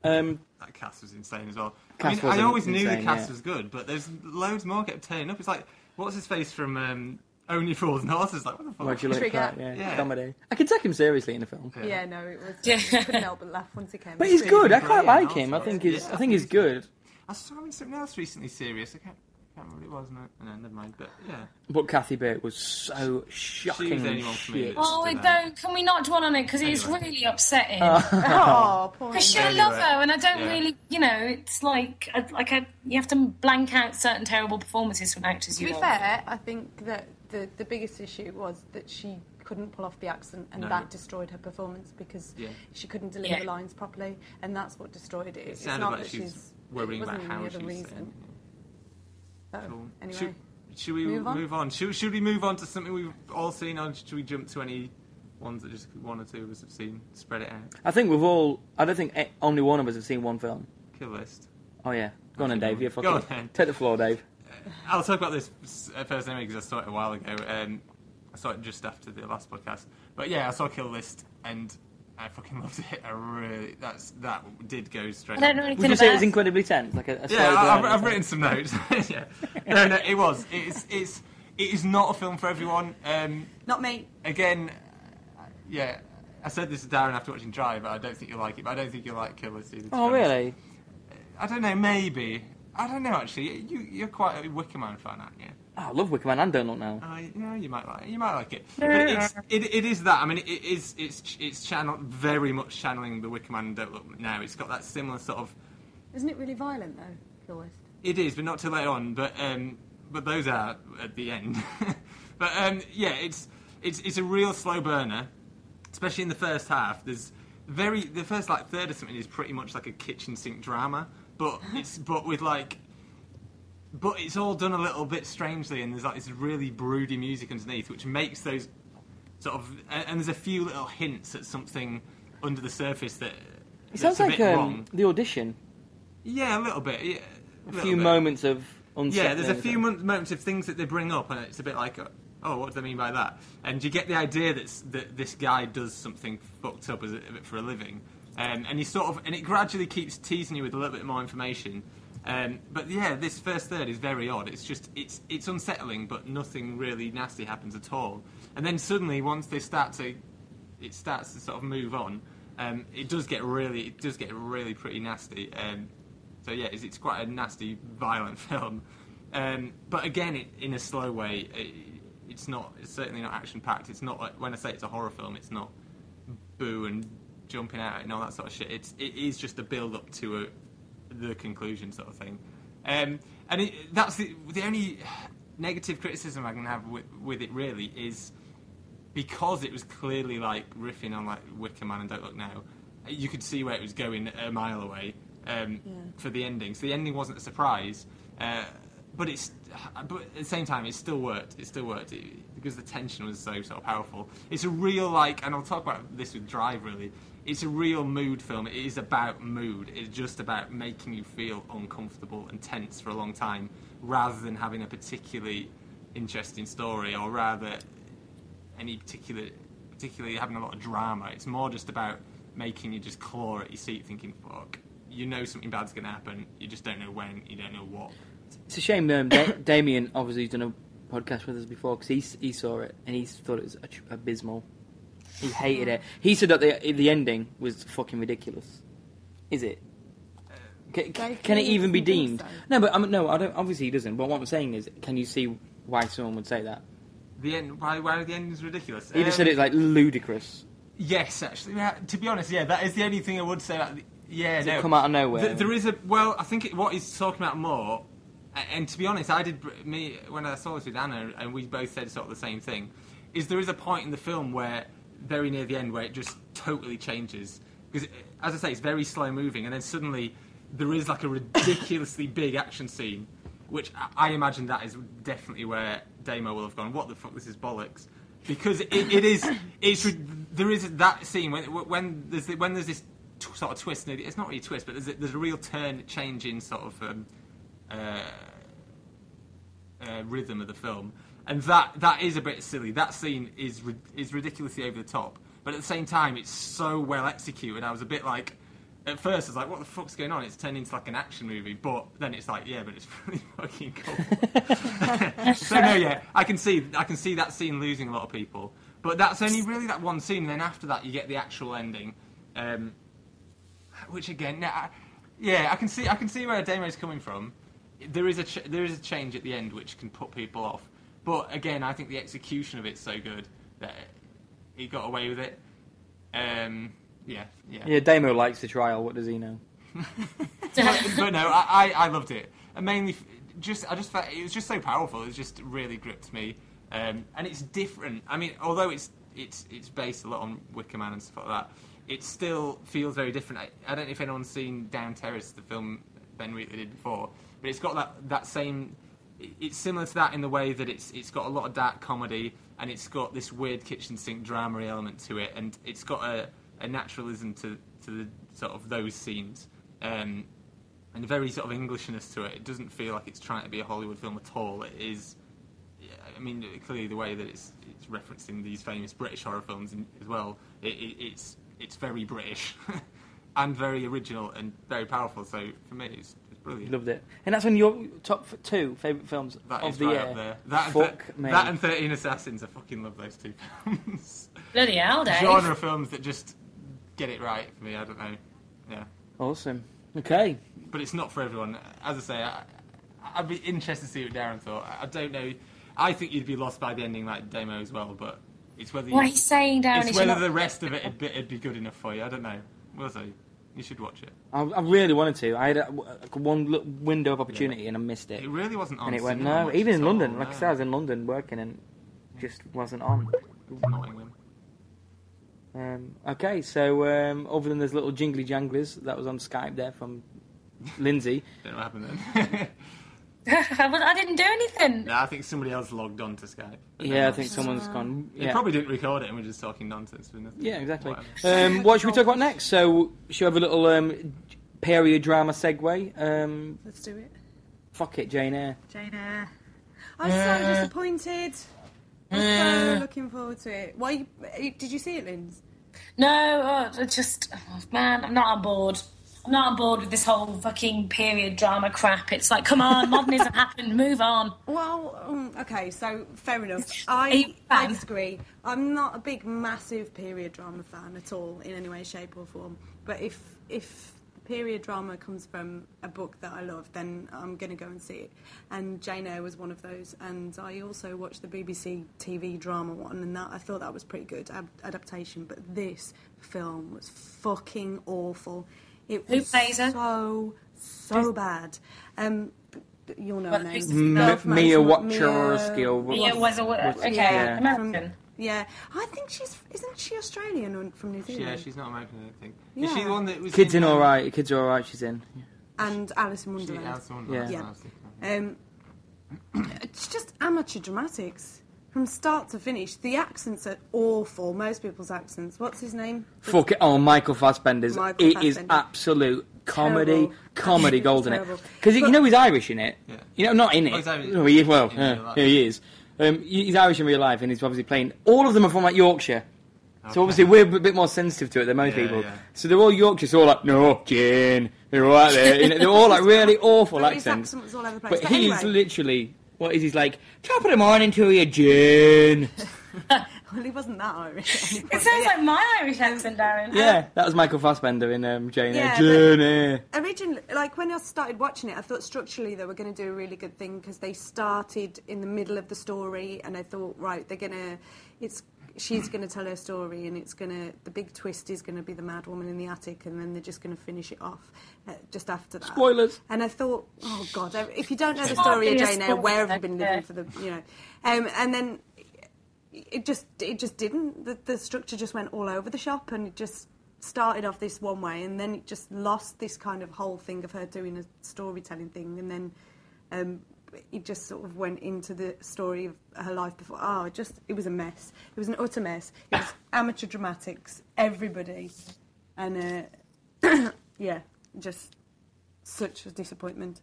Speaker 3: Um,
Speaker 2: That cast was insane as well. I
Speaker 3: Cast
Speaker 2: mean,
Speaker 3: was
Speaker 2: I always knew the
Speaker 3: insane,
Speaker 2: cast
Speaker 3: yeah.
Speaker 2: was good, but there's loads more kept turning up. It's like, what's his face from um, Only Fools and Horses? Like, what the fuck?
Speaker 3: what do you
Speaker 2: <laughs>
Speaker 3: look
Speaker 5: Trigger.
Speaker 3: at? Yeah,
Speaker 2: Yeah.
Speaker 3: comedy. I could take him seriously in a film.
Speaker 5: <laughs> Yeah, no, it was.
Speaker 6: Yeah.
Speaker 5: I couldn't help but laugh once he came.
Speaker 3: But he's
Speaker 2: He's
Speaker 3: good. I quite
Speaker 2: brilliant
Speaker 3: like him. I
Speaker 2: also.
Speaker 3: think he's.
Speaker 2: Yeah,
Speaker 3: I think he's good.
Speaker 2: I saw him in something else recently serious. I can't, can't remember what it was. No, no, never mind. But yeah,
Speaker 3: But Kathy Bate was so
Speaker 2: She
Speaker 3: shocking.
Speaker 2: was the only one for me
Speaker 3: shit.
Speaker 2: that-
Speaker 6: Oh, though, can we not dwell on it? Because it's
Speaker 2: Anyway.
Speaker 6: really upsetting.
Speaker 5: <laughs> <laughs> Oh, poor.
Speaker 6: Because
Speaker 5: him.
Speaker 6: I love her, and I don't
Speaker 2: Yeah.
Speaker 6: really, you know, it's like, I, like I, you have to blank out certain terrible performances from actors.
Speaker 5: To
Speaker 6: you
Speaker 5: be
Speaker 6: love.
Speaker 5: fair, I think that the, the biggest issue was that she couldn't pull off the accent, and
Speaker 2: No.
Speaker 5: that destroyed her performance because
Speaker 2: Yeah.
Speaker 5: she couldn't deliver
Speaker 6: Yeah.
Speaker 5: the lines properly, and that's what destroyed it.
Speaker 2: It
Speaker 5: it's
Speaker 2: sounded
Speaker 5: not
Speaker 2: like
Speaker 5: that
Speaker 2: she was
Speaker 5: she's
Speaker 2: worrying
Speaker 5: it
Speaker 2: about
Speaker 5: wasn't
Speaker 2: how
Speaker 5: any
Speaker 2: she
Speaker 5: other
Speaker 2: was
Speaker 5: reason.
Speaker 2: saying.
Speaker 5: So,
Speaker 2: Cool.
Speaker 5: anyway,
Speaker 2: Should, should we move
Speaker 5: Move
Speaker 2: on?
Speaker 5: on?
Speaker 2: Should, should we move on to something we've all seen, or should we jump to any ones that just one or two of us have seen? Spread it out.
Speaker 3: I think we've all. I don't think eh, only one of us have seen one film.
Speaker 2: Kill list.
Speaker 3: Oh yeah, go on then, Dave. You're
Speaker 2: Go
Speaker 3: fucking.
Speaker 2: on then.
Speaker 3: Take the floor, Dave.
Speaker 2: I'll talk about this s- uh, first anyway because I saw it a while ago. Um, I saw it just after the last podcast. But yeah, I saw Kill List and I fucking <laughs> loved it. I really that's that did go straight.
Speaker 6: I don't know
Speaker 3: Would
Speaker 6: anything
Speaker 3: you say it
Speaker 6: about
Speaker 3: was incredibly tense? Like a, a
Speaker 2: Yeah,
Speaker 3: slow
Speaker 2: I, I've,
Speaker 3: burn or
Speaker 2: I've
Speaker 3: something?
Speaker 2: written some notes. <laughs> yeah, no, no, it was. It's it's it is not a film for everyone. Um,
Speaker 5: not me.
Speaker 2: again, uh, yeah. I said this to Darren after watching Drive. I don't think you'll like it, but I don't think you'll like Kill List either. to
Speaker 3: Oh
Speaker 2: be honest.
Speaker 3: really?
Speaker 2: I don't know. Maybe I don't know. Actually, you you're quite a Wicker Man fan, aren't you?
Speaker 3: Oh, I love Wicker Man and Don't Look Now.
Speaker 2: Uh, yeah, you might like it. You might like it. But it's, it, it is that. I mean, it is. It's ch- it's channel very much channeling the Wicker Man. Don't look now. It's got that similar sort of.
Speaker 5: Isn't it really violent though? Kill list.
Speaker 2: It is, but not too late on. But um, but those are at the end. <laughs> but um, yeah, it's it's it's a real slow burner, especially in the first half. There's very the first like third or something is pretty much like a kitchen sink drama,
Speaker 3: <laughs>
Speaker 2: but it's but with like. But it's all done a little bit strangely, and there's like this really broody music underneath, which makes those sort of. And, and there's a few little hints at something under the surface that.
Speaker 3: It sounds
Speaker 2: that's a
Speaker 3: like
Speaker 2: bit
Speaker 3: um,
Speaker 2: wrong.
Speaker 3: the audition.
Speaker 2: Yeah, a little bit. Yeah,
Speaker 3: A
Speaker 2: little
Speaker 3: few
Speaker 2: bit.
Speaker 3: moments of
Speaker 2: Yeah, there's a
Speaker 3: unsettling-
Speaker 2: few mon- moments of things that they bring up, and it's a bit like, uh, oh, what do they mean by that? And you get the idea that, s- that this guy does something fucked up as a, for a living, um, and he sort of, and it gradually keeps teasing you with a little bit more information. Um, but yeah, this first third is very odd. It's just it's it's unsettling, but nothing really nasty happens at all. And then suddenly, once they start to, it starts to sort of move on. Um, it does get really, it does get really pretty nasty. Um, so yeah, it's, it's quite a nasty, violent <laughs> film. Um, but again, it, in a slow way, it, it's not. It's certainly not action packed. It's not like when I say it's a horror film, it's not boo and jumping out and all that sort of shit. It's it is just a build up to a, the conclusion sort of thing. Um, and it, that's the the only negative criticism I can have with, with it really is because it was clearly like riffing on like Wicker Man and Don't Look Now, you could see where it was going a mile away um, for the ending. So the ending wasn't a surprise, uh, but it's but at the same time it still worked. It still worked it, because the tension was so sort of powerful. It's a real like, and I'll talk about this with Drive really. It's a real mood film. It is about mood. It's just about making you feel uncomfortable and tense for a long time, rather than having a particularly interesting story, or rather any particular, particularly having a lot of drama. It's more just about making you just claw at your seat, thinking, "Fuck." You know something bad's going to happen. You just don't know when. You don't know what.
Speaker 3: It's a shame. Um, da- <coughs> Damien obviously has done a podcast with us before because he, s- he saw it and he s- thought it was atr- abysmal. He hated it. He said that the the ending was fucking ridiculous. Is it? C- c-
Speaker 5: Dave
Speaker 3: can it
Speaker 5: Lee
Speaker 3: even be
Speaker 5: doesn't
Speaker 3: deemed?
Speaker 5: think so.
Speaker 3: No, but I mean, no, I don't. Obviously, he doesn't. But what I'm saying is, can you see why someone would say that?
Speaker 2: The end. Why? Why the end is ridiculous?
Speaker 3: He just
Speaker 2: Um,
Speaker 3: said it's like ludicrous.
Speaker 2: Yes, actually. Yeah, to be honest, yeah, that is the only thing I would say. About the, yeah,
Speaker 3: it
Speaker 2: no.
Speaker 3: come out of nowhere?
Speaker 2: Th- there is a well. I think it, what he's talking about more. a- And to be honest, I did br- me when I saw this with Anna, and we both said sort of the same thing. Is there is a point in the film where very near the end where it just totally changes because, as I <laughs> say, it's very slow moving, and then suddenly there is like a ridiculously big action scene, which I- I imagine that is definitely where Damo will have gone. What the fuck? This is bollocks. Because it, it is, it's re- there is that scene when when there's the, when there's this t- sort of twist. and It's not really a twist, but there's a, there's a real turn change in sort of um, uh, uh, rhythm of the film, and that that is a bit silly. That scene is ri- is ridiculously over the top, but at the same time, it's so well executed. I was a bit like, at first, I was like, "What the fuck's going on?" It's turned into like an action movie, but then it's like, "Yeah, but it's <laughs> really fucking cool." so no, yeah, I can see I can see that scene losing a lot of people, but that's only really that one scene. And then after that, you get the actual ending. Um, which again, nah, I- yeah, I can see I can see where Damo's coming from. There is a ch- there is a change at the end which can put people off, but again, I think the execution of it's so good that he got away with it. Um, yeah, yeah.
Speaker 3: Yeah, Damo likes the trial. What does he know?
Speaker 2: but, but no, I, I, I loved it. And mainly, f- just I just felt it was just so powerful. It just really gripped me, um, and it's different. I mean, although it's it's it's based a lot on Wicker Man and stuff like that, it still feels very different. I, I don't know if anyone's seen Down Terrace, the film Ben Wheatley did before, but it's got that that same. it- It's similar to that in the way that it's it's got a lot of dark comedy and it's got this weird kitchen sink drama element to it, and it's got a, a naturalism to to the sort of those scenes. Um, and very sort of Englishness to it. It doesn't feel like it's trying to be a Hollywood film at all. It is, yeah, I mean, clearly the way that it's it's referencing these famous British horror films in, as well. It, it, it's it's very British <laughs> and very original and very powerful. So for me, it's, it's brilliant.
Speaker 3: Loved it. And that's on your top f- two favourite films
Speaker 2: That
Speaker 3: of
Speaker 2: is
Speaker 3: the
Speaker 2: right
Speaker 3: year.
Speaker 2: up there. That
Speaker 3: Fuck
Speaker 2: and, thir-
Speaker 3: me.
Speaker 2: that and Thirteen Assassins. I fucking love those two films.
Speaker 6: Bloody hell, Dave.
Speaker 2: Genre films that just get it right for me. I don't know. Yeah.
Speaker 3: Awesome. Okay.
Speaker 2: but it's not for everyone. As I say, I, I'd be interested to see what Darren thought. I, I don't know. I think you'd be lost by the ending, like Demo as well. But it's whether you,
Speaker 6: What he's saying down
Speaker 2: it's
Speaker 6: is
Speaker 2: whether
Speaker 6: not...
Speaker 2: the rest
Speaker 6: <laughs>
Speaker 2: of it would be, it'd be good enough for you. I don't know. We'll see. You should watch it.
Speaker 3: I, I really wanted to. I had a, a- one l- window of opportunity and I missed it.
Speaker 2: It really wasn't on.
Speaker 3: and it went
Speaker 2: cinema
Speaker 3: no.
Speaker 2: much
Speaker 3: Even in
Speaker 2: at
Speaker 3: London,
Speaker 2: all,
Speaker 3: like I
Speaker 2: no.
Speaker 3: said, I was in London working and just wasn't on.
Speaker 2: Nottingham.
Speaker 3: Um, okay, so um, other than those little jingly janglers that was on Skype
Speaker 2: <laughs>
Speaker 3: there from Lindsay,
Speaker 2: Don't know what happened then. <laughs>
Speaker 6: Well, I didn't do anything.
Speaker 2: no, I think somebody else logged on to Skype. But
Speaker 3: yeah, I
Speaker 2: never
Speaker 3: think
Speaker 2: mind.
Speaker 3: someone's gone.
Speaker 2: They
Speaker 3: Yeah,
Speaker 2: probably didn't record it, and we're just talking nonsense. With nothing.
Speaker 3: yeah, exactly.
Speaker 2: Whatever.
Speaker 3: Um, what should we talk about next? So, should we have a little um, period drama segue? Um,
Speaker 5: Let's do it.
Speaker 3: fuck it, Jane Eyre.
Speaker 5: Jane Eyre. I'm so disappointed. I'm so looking forward to it. Why? Did you see it, Linz?
Speaker 6: No, uh, just oh, man, I'm not on board. I'm not on board with this whole fucking period drama crap. It's like,
Speaker 2: <laughs>
Speaker 6: come on, modernism happened, move on.
Speaker 5: Well, um, okay, so fair enough.
Speaker 6: <laughs> Are you
Speaker 5: I,
Speaker 6: a
Speaker 5: I
Speaker 6: fan?
Speaker 5: disagree. I'm not a big, massive period drama fan at all, in any way, shape, or form. But if if period drama comes from a book that I love, then I'm going to go and see it. And Jane Eyre was one of those. And I also watched the BBC TV drama one, and that I thought that was pretty good ab- adaptation. But this film was fucking awful. It
Speaker 6: Who
Speaker 5: was
Speaker 6: plays her?
Speaker 5: so so bad. Um, b- b- you'll know her
Speaker 6: Well,
Speaker 5: name.
Speaker 6: who's the
Speaker 3: M-
Speaker 6: No,
Speaker 3: Mia
Speaker 5: Mia-
Speaker 3: Wachorowski. or what-
Speaker 6: Mia was a okay,
Speaker 5: Yeah.
Speaker 6: American.
Speaker 5: Yeah, I think she's isn't she Australian or from New Zealand?
Speaker 2: Yeah, she's not American, I don't think. Is she
Speaker 5: Yeah.
Speaker 2: the one that was
Speaker 3: Kids in
Speaker 2: um,
Speaker 3: all right. Kids are all right. She's in.
Speaker 5: and Alice in
Speaker 2: She,
Speaker 5: Wonderland.
Speaker 2: Alice in Wonderland,
Speaker 3: Yeah.
Speaker 2: that's what I was thinking of.
Speaker 5: Um, it's just amateur dramatics from start to finish. The accents are awful. Most people's accents. What's his name?
Speaker 3: Fuck it. Oh, Michael Fassbender's.
Speaker 5: Michael
Speaker 3: It is
Speaker 5: Fassbender.
Speaker 3: absolute comedy,
Speaker 5: Terrible.
Speaker 3: comedy
Speaker 5: Absolutely
Speaker 3: gold in it.
Speaker 5: <laughs> terrible.
Speaker 3: Because you
Speaker 5: But-
Speaker 3: know he's Irish in it.
Speaker 2: Yeah.
Speaker 3: You know, not in
Speaker 2: Oh,
Speaker 3: it.
Speaker 2: he's Irish.
Speaker 3: No, he is. Well,
Speaker 2: In
Speaker 3: yeah,
Speaker 2: real life.
Speaker 3: yeah, he is. Um, he- he's Irish in real life, and he's obviously playing. All of them are from like Yorkshire. So obviously we're a bit more sensitive to it than most
Speaker 2: Yeah,
Speaker 3: people.
Speaker 2: yeah.
Speaker 3: So they're all Yorkshire, so all like no, Jane, they're all like there. You know, they're all
Speaker 5: <laughs>
Speaker 3: like really awful
Speaker 5: But his
Speaker 3: accents.
Speaker 5: accent was all over the place.
Speaker 3: But
Speaker 5: But
Speaker 3: he's
Speaker 5: anyway.
Speaker 3: literally what is he's like? Top of the morning to you, Jane.
Speaker 5: <laughs> Well, he wasn't that Irish. <laughs> anyway.
Speaker 6: It sounds like my Irish accent, Darren.
Speaker 3: Yeah, that was Michael Fassbender in um, Jane Eyre.
Speaker 5: Yeah, but-
Speaker 3: Jane Eyre.
Speaker 5: originally, like when I started watching it, I thought structurally they were going to do a really good thing because they started in the middle of the story, and I thought, right, they're going to, it's she's going to tell her story, and it's going to, the big twist is going to be the mad woman in the attic, and then they're just going to finish it off uh, just after that.
Speaker 3: Spoilers.
Speaker 5: And I thought, oh god, if you don't know the
Speaker 6: Can't
Speaker 5: story of
Speaker 6: be a
Speaker 5: Jane Eyre, where have you been
Speaker 6: spoiler, yeah.
Speaker 5: living for the, you know, um, and then it just it just didn't the, the structure just went all over the shop and it just started off this one way and then it just lost this kind of whole thing of her doing a storytelling thing and then um it just sort of went into the story of her life before. Oh, it just it was a mess. It was an utter mess. It was amateur dramatics, everybody, and uh, <clears throat> yeah, just such a disappointment.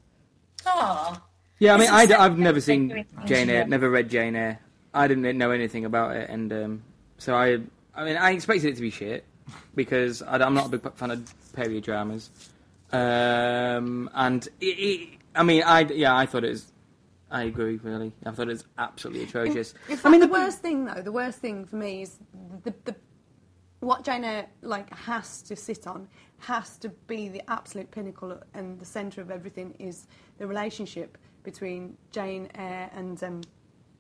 Speaker 6: Oh, <laughs>
Speaker 3: Yeah, I mean,
Speaker 6: It's
Speaker 3: I,
Speaker 6: just-
Speaker 3: have never seen Jane
Speaker 6: Yeah.
Speaker 3: Eyre, never read Jane Eyre. I didn't know anything about it, and um, so I, I mean, I expected it to be shit because I, am not a big fan of period dramas. Um, and it, it, I mean, I yeah, I thought it was. I agree, really. I thought it was absolutely atrocious.
Speaker 5: In fact,
Speaker 3: I mean,
Speaker 5: the worst thing though, the worst thing for me is the, the what Jane Eyre like has to sit on has to be the absolute pinnacle and the centre of everything is the relationship between Jane Eyre and um,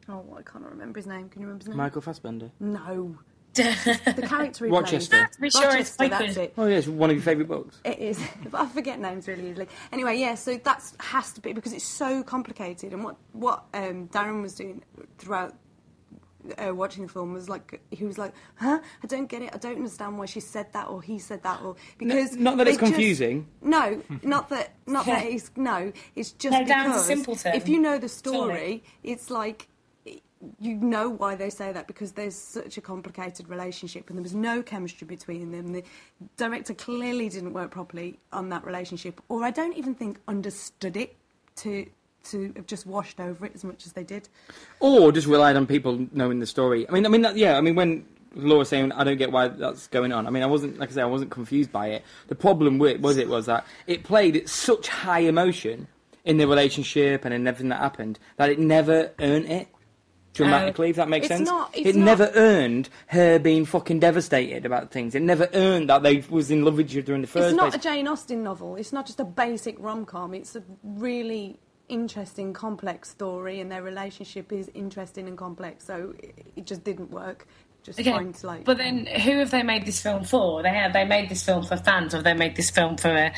Speaker 5: oh, I can't remember his name. Can you remember his name?
Speaker 3: Michael Fassbender.
Speaker 5: No, the character he
Speaker 3: Rochester.
Speaker 5: plays.
Speaker 3: That's
Speaker 6: be sure it's
Speaker 5: Rochester, that's
Speaker 6: Michael.
Speaker 5: it.
Speaker 3: Oh yeah, it's one of your favourite books.
Speaker 5: It is. <laughs> but I forget names really easily. Anyway, yeah, so that's has to be because it's so complicated. And what what um, Darren was doing throughout uh, watching the film was like he was like, "Huh? I don't get it. I don't understand why she said that or he said that or because
Speaker 3: not that it's
Speaker 5: they just-
Speaker 3: confusing.
Speaker 5: no, not that.
Speaker 3: <laughs>
Speaker 5: Not that it's no. It's just
Speaker 6: No, Darren's a
Speaker 5: because
Speaker 6: simpleton.
Speaker 5: if you know the story,
Speaker 6: Sorry.
Speaker 5: it's like you know why they say that because there's such a complicated relationship and there was no chemistry between them. The director clearly didn't work properly on that relationship, or I don't even think understood it to to have just washed over it as much as they did.
Speaker 3: or just relied on people knowing the story. I mean, I mean, that, yeah, I mean, when Laura was saying I don't get why that's going on. I mean, I wasn't like I say, I wasn't confused by it. The problem with was it was that it played at such high emotion in the relationship and in everything that happened that it never earned it dramatically. if that makes
Speaker 5: It's
Speaker 3: sense,
Speaker 5: not- it's
Speaker 3: it
Speaker 5: not-
Speaker 3: never earned her being fucking devastated about things. It never earned that they was in love with each other in the first
Speaker 5: It's not a
Speaker 3: place.
Speaker 5: Jane Austen novel. It's not just a basic rom com. It's a really interesting, complex story, and their relationship is interesting and complex. So it, it just didn't work. Just trying to like. um,
Speaker 6: But then, who have they made this film for? They have they made this film for fans, or have they made this film for a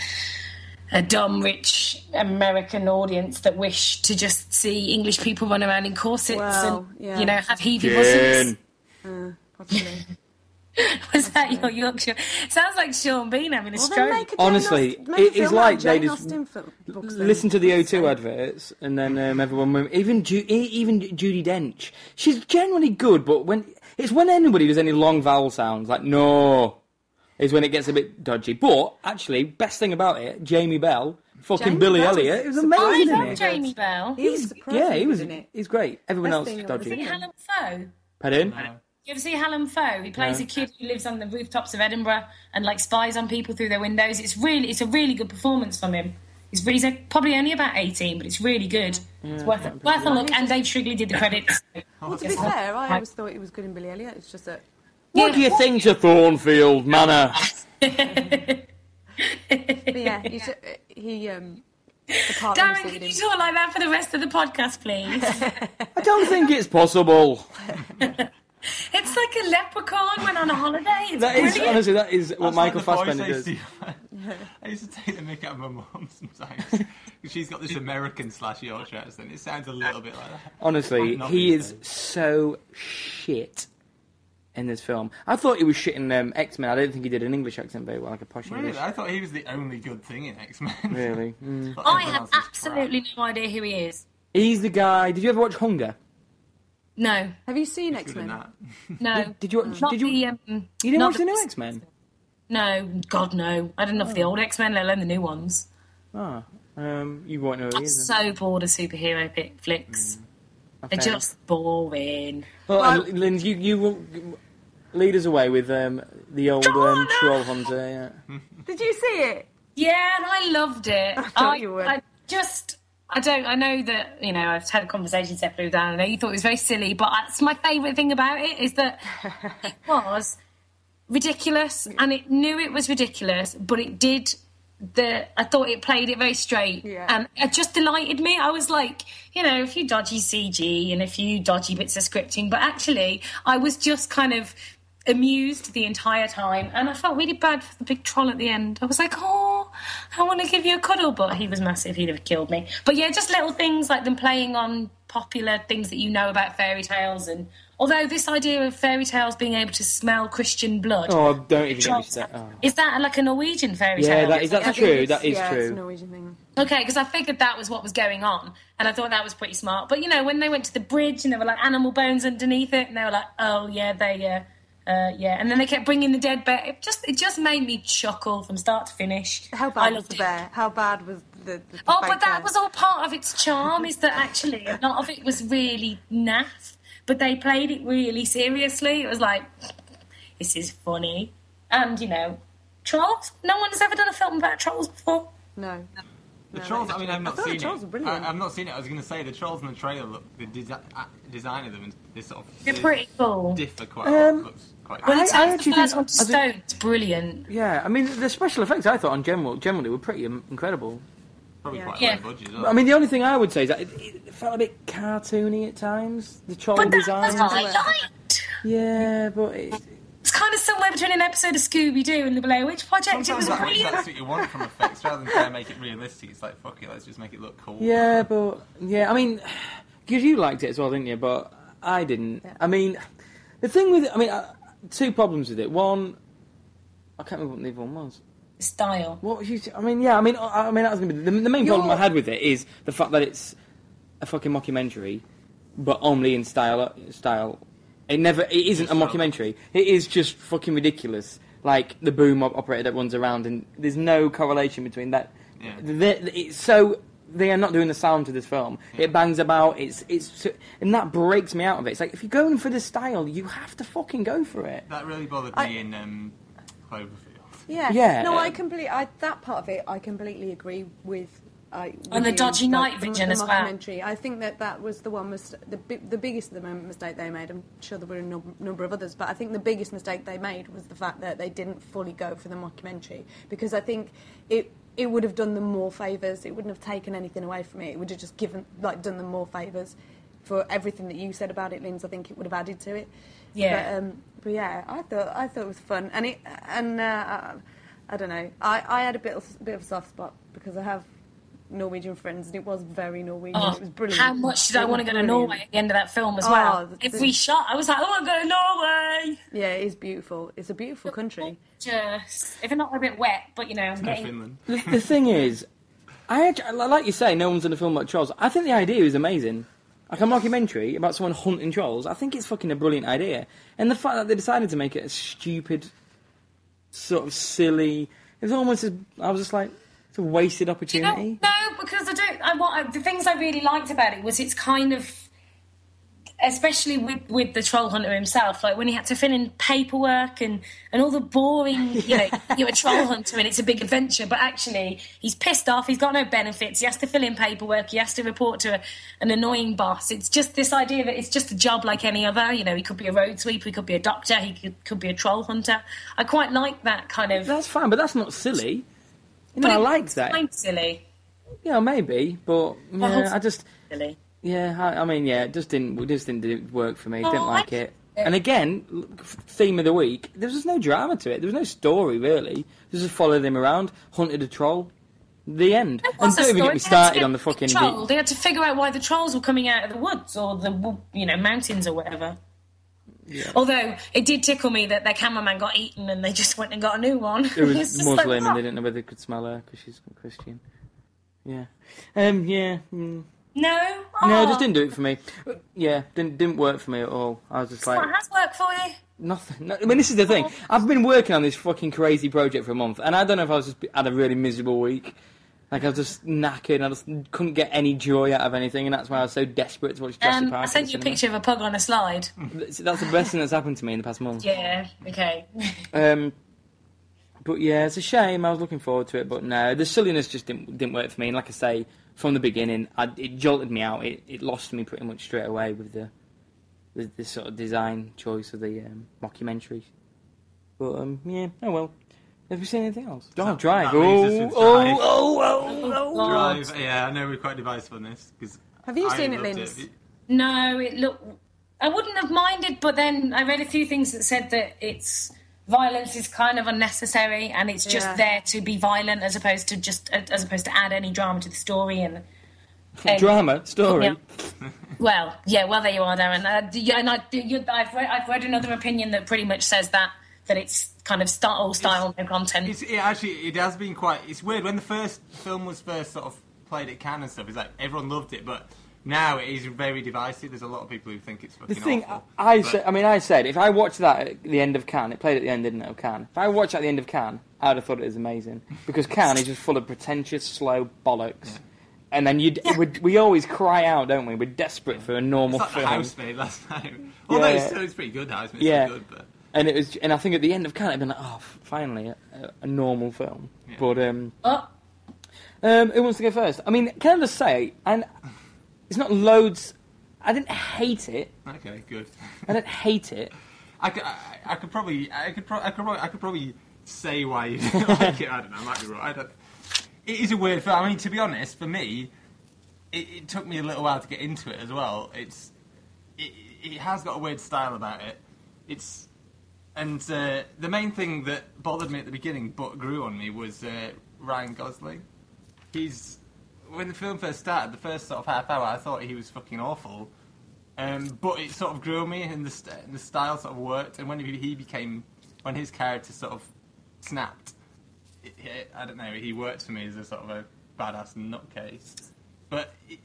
Speaker 6: a dumb, rich American audience that wish to just see English people run around in corsets
Speaker 5: Well,
Speaker 6: and
Speaker 5: yeah.
Speaker 6: you know have heavy bosoms?
Speaker 5: uh, possibly.
Speaker 6: <laughs> Was that your Yorkshire? Sounds like Sean Bean having a
Speaker 5: Well, then
Speaker 6: stroke.
Speaker 5: make a Jane
Speaker 3: Honestly,
Speaker 5: Austen- make a
Speaker 3: it is
Speaker 5: film
Speaker 3: like
Speaker 5: about
Speaker 3: they
Speaker 5: Jane
Speaker 3: just
Speaker 5: Austen fil- books then.
Speaker 3: Listen to the
Speaker 5: That's
Speaker 3: O2
Speaker 5: it.
Speaker 3: adverts, and then um, everyone, went- even Ju- e- even Judy Dench, she's generally good, but when it's when anybody does any long vowel sounds, like no, is when it gets a bit dodgy. But actually, best thing about it, Jamie Bell, fucking
Speaker 5: Jamie
Speaker 3: Billy
Speaker 5: Bell was
Speaker 3: Elliot, it was
Speaker 6: I
Speaker 3: amazing.
Speaker 5: surprising.
Speaker 3: isn't
Speaker 6: love
Speaker 3: it?
Speaker 6: Jamie Bell.
Speaker 5: He was surprising,
Speaker 3: yeah, he was.
Speaker 5: wasn't it?
Speaker 3: He's great. Everyone
Speaker 5: Best
Speaker 3: else
Speaker 5: thing
Speaker 3: is
Speaker 5: I've ever
Speaker 6: See
Speaker 5: seen.
Speaker 3: dodgy.
Speaker 6: Helen Foe.
Speaker 3: Pardon?
Speaker 2: No.
Speaker 6: You ever see Hallam Foe? He plays
Speaker 3: No.
Speaker 6: a kid who lives on the rooftops of Edinburgh and like spies on people through their windows. It's really, it's a really good performance from him. He's, he's like, probably only about eighteen, but it's really good. it's worth a, worth a look. And Dave Shrigley did the credits.
Speaker 5: Well, to be fair, I always thought he was good in Billy Elliot. It's just that
Speaker 3: What do you
Speaker 6: <laughs>
Speaker 3: think of Thornfield
Speaker 5: <laughs>
Speaker 3: Manor?
Speaker 5: but yeah, <laughs> he, ju- he um. The part that
Speaker 6: Darren,
Speaker 5: suited
Speaker 6: can
Speaker 5: him.
Speaker 6: you talk like that for the rest of the podcast,
Speaker 5: <laughs>
Speaker 6: please?
Speaker 3: I don't think it's possible.
Speaker 6: it's like a leprechaun when on a holiday. It's
Speaker 3: That is
Speaker 6: brilliant.
Speaker 3: honestly that is what
Speaker 2: That's
Speaker 3: Michael
Speaker 2: like the voice
Speaker 3: Fassbender
Speaker 2: I used
Speaker 3: does.
Speaker 2: to-
Speaker 6: <laughs>
Speaker 2: I used to take the mick out of my mum sometimes. <laughs> 'Cause She's got this American slash Yorkshire accent. It sounds a little bit like that.
Speaker 3: Honestly,
Speaker 2: Not
Speaker 3: he
Speaker 2: these
Speaker 3: is so shit in this film. I thought he was shit in um, X Men. I don't think he did an English accent very well, like a posh
Speaker 2: Really?
Speaker 3: English.
Speaker 2: I thought he was the only good thing in X Men. <laughs>
Speaker 3: Really, Mm.
Speaker 6: I have absolutely no idea who he is.
Speaker 3: he's the guy. Did you ever watch Hunger?
Speaker 6: No,
Speaker 5: Have you seen X
Speaker 2: Good in
Speaker 5: Men?
Speaker 2: that.
Speaker 6: no.
Speaker 3: Did you? Watch,
Speaker 6: Uh, Not
Speaker 3: did you?
Speaker 6: the, um,
Speaker 3: you didn't
Speaker 6: not
Speaker 3: watch the new
Speaker 6: first-
Speaker 3: X Men?
Speaker 6: No, God, no. I don't know if
Speaker 5: Oh.
Speaker 6: the old X Men, let alone the new ones.
Speaker 3: Ah, um, you won't know who he
Speaker 6: I'm
Speaker 3: is. then.
Speaker 6: so bored of superhero pic- flicks.
Speaker 5: Mm.
Speaker 6: They're
Speaker 3: Fair
Speaker 6: just boring.
Speaker 3: Well, Oh, and Lynn, you you will lead us away with um, the old um,
Speaker 6: Joanna!
Speaker 3: troll hunter. Yeah.
Speaker 5: Did you see it?
Speaker 6: Yeah, and I loved it.
Speaker 5: <laughs>
Speaker 6: I,
Speaker 5: thought you would.
Speaker 6: I just, I don't, I know that, you know, I've had conversations separately with Dan, and I know you thought it was very silly, but that's my favourite thing about it is
Speaker 5: <laughs>
Speaker 6: that it was ridiculous and it knew it was ridiculous, but it did the, I thought it played it very straight
Speaker 5: Yeah.
Speaker 6: and it just delighted me. I was like, you know, a few dodgy CG and a few dodgy bits of scripting, but actually, I was just kind of amused the entire time, and I felt really bad for the big troll at the end. I was like, oh, I want to give you a cuddle, but he was massive. He'd have killed me. But yeah, just little things like them playing on popular things that you know about fairy tales. And although this idea of fairy tales being able to smell Christian blood,
Speaker 3: Oh, don't even get me started. Oh.
Speaker 6: is that like a Norwegian fairy
Speaker 3: Yeah,
Speaker 6: tale?
Speaker 3: that is that's
Speaker 5: I think
Speaker 3: true.
Speaker 5: it's-
Speaker 3: That is
Speaker 5: yeah, It's a
Speaker 3: true.
Speaker 5: Norwegian thing.
Speaker 6: Okay, because I figured that was what was going on, and I thought that was pretty smart. But you know, when they went to the bridge and there were like animal bones underneath it, and they were like, "Oh yeah, they uh, uh yeah," and then they kept bringing the dead bear. It just it just made me chuckle from start to finish.
Speaker 5: How
Speaker 6: I
Speaker 5: bad was
Speaker 6: loved
Speaker 5: the
Speaker 6: it.
Speaker 5: bear? How bad was the? the, the
Speaker 6: Oh,
Speaker 5: fake
Speaker 6: but
Speaker 5: bear?
Speaker 6: that was all part of its charm. Is that actually a lot of it was really naff, but they played it really seriously. It was like, this is funny, and you know, trolls. No one has ever done a film about trolls before.
Speaker 5: no.
Speaker 2: The
Speaker 5: No,
Speaker 2: trolls.
Speaker 5: no.
Speaker 2: I mean, I've
Speaker 5: I
Speaker 2: not
Speaker 5: thought the
Speaker 2: seen
Speaker 5: trolls
Speaker 2: it.
Speaker 5: were brilliant.
Speaker 2: I, have not seen it. I was going to say the trolls in the trailer look the desi- uh, design of them and this sort of
Speaker 6: They're
Speaker 2: they
Speaker 6: pretty cool.
Speaker 2: differ quite a lot.
Speaker 3: Um,
Speaker 2: Looks quite.
Speaker 6: When
Speaker 3: I-
Speaker 6: it
Speaker 3: I
Speaker 6: turns the
Speaker 3: actually
Speaker 6: first
Speaker 3: think-
Speaker 6: one to
Speaker 3: I think-
Speaker 6: stone, it's brilliant.
Speaker 3: Yeah, I mean the special effects I thought on general generally were pretty im- incredible.
Speaker 2: probably
Speaker 5: yeah.
Speaker 2: quite
Speaker 6: Yeah.
Speaker 2: low budget. isn't
Speaker 3: I mean the only thing I would say is that it, it felt a bit cartoony at times. The troll
Speaker 6: But that,
Speaker 3: design.
Speaker 6: that's what I
Speaker 5: Design.
Speaker 6: liked.
Speaker 3: Yeah, but it,
Speaker 6: It's kind of somewhere between an episode of Scooby Doo and the Blair Witch Project.
Speaker 2: Sometimes
Speaker 6: it was
Speaker 2: that- that's
Speaker 6: brilliant.
Speaker 2: what you want from effects, rather than try and make it realistic. It's like fuck it, let's just make it look cool.
Speaker 3: yeah, but yeah, I mean because you liked it as well, didn't you? But I didn't. I mean, the thing with I mean uh, two problems with it. One, I can't remember what the other one was.
Speaker 6: Style.
Speaker 3: What was you? I mean, yeah. I mean, uh, I I mean, that was gonna be the, the main problem I had with it is the fact that it's a fucking mockumentary, but only in style. Style. It never. It isn't a
Speaker 2: Just
Speaker 3: mockumentary. It is just fucking ridiculous. Like the boom op- operator that runs around, and there's no correlation between that.
Speaker 2: Yeah.
Speaker 3: The- the- it's so they are not doing the sound to this film. It bangs about. It's it's so- and that breaks me out of it. It's like if you're going for the style, you have to fucking go for it.
Speaker 2: That really bothered
Speaker 5: I-
Speaker 2: me in um, Cloverfield.
Speaker 5: Yeah.
Speaker 3: Yeah.
Speaker 5: No, I completely. I, that part of it, I completely agree with. I with
Speaker 6: And the
Speaker 5: you,
Speaker 6: dodgy
Speaker 5: like,
Speaker 6: night
Speaker 5: the-
Speaker 6: vision
Speaker 5: the
Speaker 6: as well.
Speaker 5: mockumentary. I think that that was the one mis- the bi- the biggest the moment mistake they made. I'm sure there were a num- number of others, but I think the biggest mistake they made was the fact that they didn't fully go for the mockumentary because I think it it would have done them more favors. It wouldn't have taken anything away from it. It would have just given like done them more favors for everything that you said about it, Linz. I think it would have added to it.
Speaker 6: Yeah.
Speaker 5: But, um, but yeah, I thought I thought it was fun, and it and uh, I, I don't know. I, I had a bit of, bit of a soft spot because I have Norwegian friends, and it was very Norwegian.
Speaker 6: Oh,
Speaker 5: it was brilliant.
Speaker 6: how much did
Speaker 5: It
Speaker 6: I
Speaker 5: was
Speaker 6: want to go to
Speaker 5: brilliant.
Speaker 6: Norway at the end of that film as
Speaker 5: Oh,
Speaker 6: well?
Speaker 5: the-
Speaker 6: If we shot, I was like, oh, I'm going to Norway.
Speaker 5: Yeah, it is beautiful. It's a beautiful country.
Speaker 6: Just, if not a bit wet, but you know, I'm
Speaker 2: In
Speaker 6: getting-
Speaker 2: Finland.
Speaker 3: the, the thing is, I actu- like you say, no one's done a film about trolls. I think the idea is amazing. Like a mockumentary about someone hunting trolls, I think it's fucking a brilliant idea. And the fact that they decided to make it a stupid, sort of silly, it was almost as I was just like, it's a wasted
Speaker 6: Do you know-
Speaker 3: opportunity.
Speaker 6: No, because I don't. I, what I, the things I really liked about it was it's kind of, especially with with the troll hunter himself, like when he had to fill in paperwork and and all the boring,
Speaker 3: <laughs>
Speaker 6: you know, you're a troll hunter and it's a big adventure, but actually he's pissed off. He's got no benefits. He has to fill in paperwork. He has to report to a, an annoying boss. It's just this idea that it's just a job like any other. You know, he could be a road sweeper, he could be a doctor, he could, could be a troll hunter. I quite like that kind of.
Speaker 3: That's fine, but that's not silly. You know, I
Speaker 6: it-
Speaker 3: like that.
Speaker 6: Kind of silly,
Speaker 3: Yeah, maybe, but yeah,
Speaker 6: hopefully-
Speaker 3: I just
Speaker 6: really.
Speaker 3: Yeah, I, I mean, yeah, it just didn't, it just didn't do- work for me.
Speaker 6: Oh,
Speaker 3: didn't like
Speaker 6: I-
Speaker 3: it. And again, l- f- theme of the week. There was just no drama to it. There was no story really. Just followed him around, hunted a troll. The end.
Speaker 6: There
Speaker 3: And
Speaker 6: was a
Speaker 3: don't even get
Speaker 6: story.
Speaker 3: me
Speaker 6: They had to
Speaker 3: started
Speaker 6: get
Speaker 3: on the fucking. deep-
Speaker 6: troll. They had to figure out why the trolls were coming out of the woods or the wo- you know mountains or whatever. Although it did tickle me that their cameraman got eaten and they just went and got a new one.
Speaker 3: It
Speaker 6: <laughs>
Speaker 3: was
Speaker 6: It's just
Speaker 3: Muslim,
Speaker 6: like,
Speaker 3: and
Speaker 6: what?
Speaker 3: they didn't know whether they could smell her because she's Christian. Yeah. Um. Yeah. Mm.
Speaker 6: No,
Speaker 3: No,
Speaker 6: Oh,
Speaker 3: it just didn't do it for me. Yeah, didn't didn't work for me at all. I was just like,
Speaker 6: Well, it has worked for you.
Speaker 3: Nothing. No, I mean, this is the thing.
Speaker 6: Oh.
Speaker 3: I've been working on this fucking crazy project for a month, and I don't know if I was just had a really miserable week. Like I was just knackered. I just couldn't get any joy out of anything, and that's why I was so desperate to watch Jurassic
Speaker 6: Um,
Speaker 3: Park.
Speaker 6: I
Speaker 3: at
Speaker 6: sent
Speaker 3: the
Speaker 6: you a
Speaker 3: cinema.
Speaker 6: picture of a pug on a slide.
Speaker 3: That's, that's the best thing that's happened to me in the past month.
Speaker 6: Yeah. Okay.
Speaker 3: Um, but yeah, it's a shame. I was looking forward to it, but no, the silliness just didn't didn't work for me. And like I say, from the beginning, I, it jolted me out. It it lost me pretty much straight away with the the, the sort of design choice of the um, mockumentary. But um, yeah, oh well. Have we seen anything else? Oh, drive!
Speaker 2: that leaves us
Speaker 3: Oh,
Speaker 2: with
Speaker 3: oh,
Speaker 2: Drive.
Speaker 3: oh, oh, oh!
Speaker 6: God.
Speaker 2: Drive. Yeah, I know we're quite divisive on this because.
Speaker 5: Have you seen it, Linz?
Speaker 6: No, it looked. I wouldn't have minded, but then I read a few things that said that it's violence is kind of unnecessary, and it's just
Speaker 5: Yeah.
Speaker 6: there to be violent as opposed to just as opposed to add any drama to the story and. and-
Speaker 3: Drama story.
Speaker 6: Yeah. Well, yeah, well, there you are, Darren. Uh, d- yeah, and I, d- you, I've, read, I've read another opinion that pretty much says that that it's kind of style all style no content.
Speaker 2: It's, it actually it has been quite. It's weird when the first film was first sort of played at Cannes and stuff. It's like everyone loved it, but now it is very divisive. There's a lot of people who think it's
Speaker 3: The
Speaker 2: fucking
Speaker 3: thing I,
Speaker 2: awful.
Speaker 3: I
Speaker 2: But-
Speaker 3: said, I mean, I said, if I watched that at the end of Cannes, it played at the end, didn't it, of Cannes? If I watched at the end of Cannes, I would have thought it was amazing
Speaker 2: <laughs>
Speaker 3: because Cannes is just full of pretentious, slow bollocks. And then you'd, we'd, we always cry out, don't we? We're desperate for a normal
Speaker 2: It's like the
Speaker 3: film.
Speaker 2: housemaid last time. <laughs> Although
Speaker 3: Yeah.
Speaker 2: it's still it's pretty good, housemaid.
Speaker 3: Yeah.
Speaker 2: It's still good, but
Speaker 3: And it was, and I think at the end of Cannes, I'd been like, oh, f- finally, a, a- a normal film.
Speaker 2: Yeah.
Speaker 3: But um,
Speaker 6: Oh,
Speaker 3: um, who wants to go first? I mean, can I just say, and it's not loads. I didn't hate it.
Speaker 2: okay, good. <laughs>
Speaker 3: I didn't hate it.
Speaker 2: I could, I, I could probably, I could, pro- I could, probably, I could probably say why you <laughs> didn't like it. I don't know. I might be wrong. I don't. It is a weird film. I mean, to be honest, for me, it, it took me a little while to get into it as well. It's, it, it has got a weird style about it. It's, and uh, the main thing that bothered me at the beginning but grew on me was uh, Ryan Gosling. He's when the film first started, the first sort of half hour, I thought he was fucking awful. Um, but it sort of grew on me, and the, st- and the style sort of worked. And when he, he became, when his character sort of snapped, it, it- I don't know, he worked for me as a sort of a badass nutcase. But it,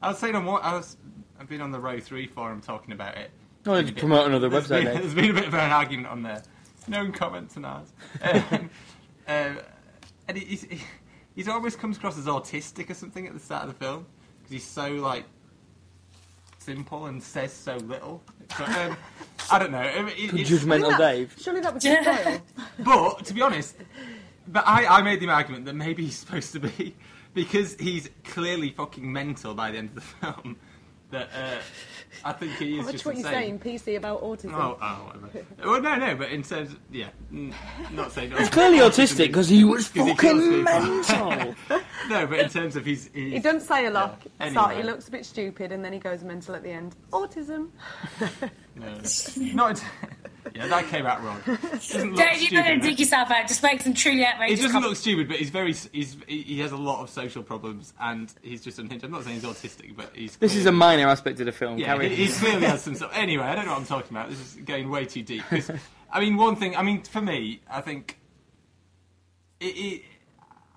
Speaker 2: I was saying on what I was, I've been on the Row Three forum talking about it.
Speaker 3: No,
Speaker 2: Been a
Speaker 3: just
Speaker 2: bit-
Speaker 3: Oh, promote another
Speaker 2: there's
Speaker 3: website,
Speaker 2: Been,
Speaker 3: mate.
Speaker 2: there's been a bit of an argument on there. No comments on ours.
Speaker 3: <laughs>
Speaker 2: Um, um, and he- he's, he's almost comes across as autistic or something at the start of the film because he's so like simple and says so little. But, um, I don't know. Um, it- it's-
Speaker 3: Judgmental
Speaker 5: Yeah.
Speaker 3: Dave.
Speaker 2: <laughs>
Speaker 5: Surely that was his style.
Speaker 2: but to be honest, but I, I made the argument that maybe he's <laughs> supposed to be because he's clearly fucking mental by the end of the <laughs> film. That uh, I think he is
Speaker 5: Which
Speaker 2: just
Speaker 5: what
Speaker 2: insane.
Speaker 5: you're saying, PC about autism.
Speaker 2: Oh, oh, whatever. Well, no, no, but in terms, of, yeah, n- not saying. He's
Speaker 3: Clearly autistic because he was
Speaker 2: 'Cause he kills
Speaker 3: fucking
Speaker 2: people.
Speaker 3: mental.
Speaker 2: No, but in terms of his, his
Speaker 5: He doesn't say a lot.
Speaker 2: Yeah,
Speaker 5: Sorry,
Speaker 2: anyway.
Speaker 5: he looks a bit stupid, and then he goes mental at the end. Autism.
Speaker 2: no, uh, not. In <laughs> ter- yeah, that came out wrong. It doesn't look
Speaker 6: Dave, you better
Speaker 2: stupid.
Speaker 6: dig yourself out. Just make some truly
Speaker 2: It
Speaker 6: outrageous.
Speaker 2: doesn't
Speaker 6: comments.
Speaker 2: look stupid, but he's very. s- He's, he he has a lot of social problems, and he's just unhinged. I'm not saying he's autistic, but he's.
Speaker 3: This is a minor aspect of the film.
Speaker 2: Yeah, <laughs>
Speaker 3: Carry
Speaker 2: he, he clearly has some sort. Anyway, I don't know what I'm talking about. This is going way too deep. 'Cause, I mean, one thing. I mean, for me, I think it. it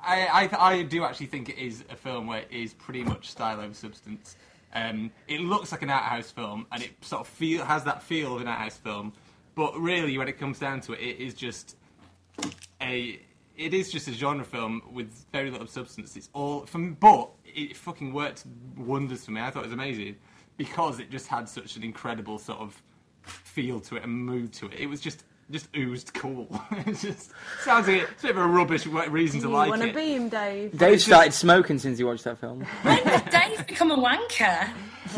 Speaker 2: I, I, I do actually think it is a film where it is pretty much style over substance. Um, it looks like an outhouse film, and it sort of feel has that feel of an outhouse film. But really, when it comes down to it, it is just a it is just a genre film with very little substance. It's all from but it fucking worked wonders for me. I thought it was amazing because it just had such an incredible sort of feel to it and mood to it. It was just just oozed cool. <laughs> it just sounds like it's a bit of a rubbish wa- reason to
Speaker 5: You
Speaker 2: like
Speaker 5: want to
Speaker 2: it.
Speaker 5: be him, Dave?
Speaker 3: Dave started smoking since he watched that film.
Speaker 6: When does Dave become
Speaker 2: <laughs>
Speaker 6: a wanker?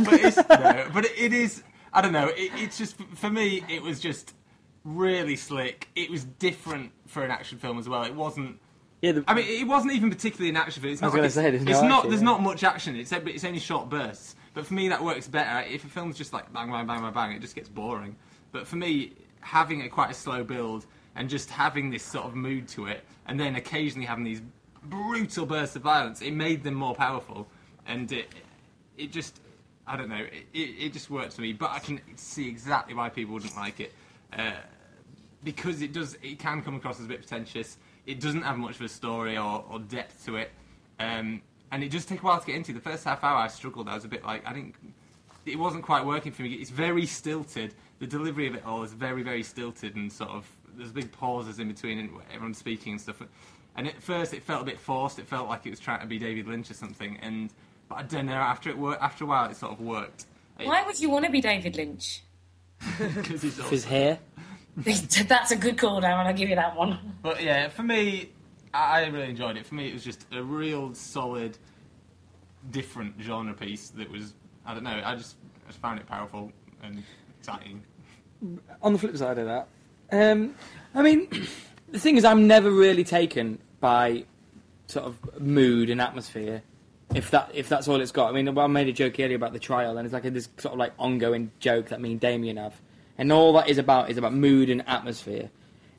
Speaker 2: but it's, no, but it, it is. I don't know. It, it's just for me. It was just really slick. It was different for an action film as well. It wasn't.
Speaker 3: Yeah, the,
Speaker 2: I mean, it wasn't even particularly an action film. It's
Speaker 3: I was
Speaker 2: not
Speaker 3: gonna say,
Speaker 2: it's, it's
Speaker 3: there's no
Speaker 2: not.
Speaker 3: action,
Speaker 2: there's
Speaker 3: yeah.
Speaker 2: not much action. It's but it's only short bursts. But for me, that works better. If a film's just like bang, bang, bang, bang, bang, it just gets boring. But for me, having it quite a slow build and just having this sort of mood to it, and then occasionally having these brutal bursts of violence, it made them more powerful. And it, it just, I don't know, it, it, it just works for me. But I can see exactly why people wouldn't like it. Uh, because it does it can come across as a bit pretentious. It doesn't have much of a story or, or depth to it, um, and it just took a while to get into. The first half hour, I struggled. I was a bit like I didn't. It wasn't quite working for me. It's very stilted. The delivery of it all is very very stilted and sort of there's big pauses in between and everyone's speaking and stuff. And at first, it felt a bit forced. It felt like it was trying to be David Lynch or something. And but I don't know. After it worked, after a while, it sort of worked. <laughs>
Speaker 6: Why would you want to be David Lynch?
Speaker 2: Because he's
Speaker 3: his hair.
Speaker 6: <laughs> That's a good call, Darren. I'll give you that one.
Speaker 2: But yeah, for me, I I really enjoyed it. For me, it was just a real solid, different genre piece that was. I don't know. I just, I just found it powerful and exciting.
Speaker 3: On the flip side of that, um, I mean, <clears throat> the thing is, I'm never really taken by sort of mood and atmosphere. If that if that's all it's got, I mean, I made a joke earlier about the trial, and it's like this sort of like ongoing joke that me and Damien have, and all that is about is about mood and atmosphere.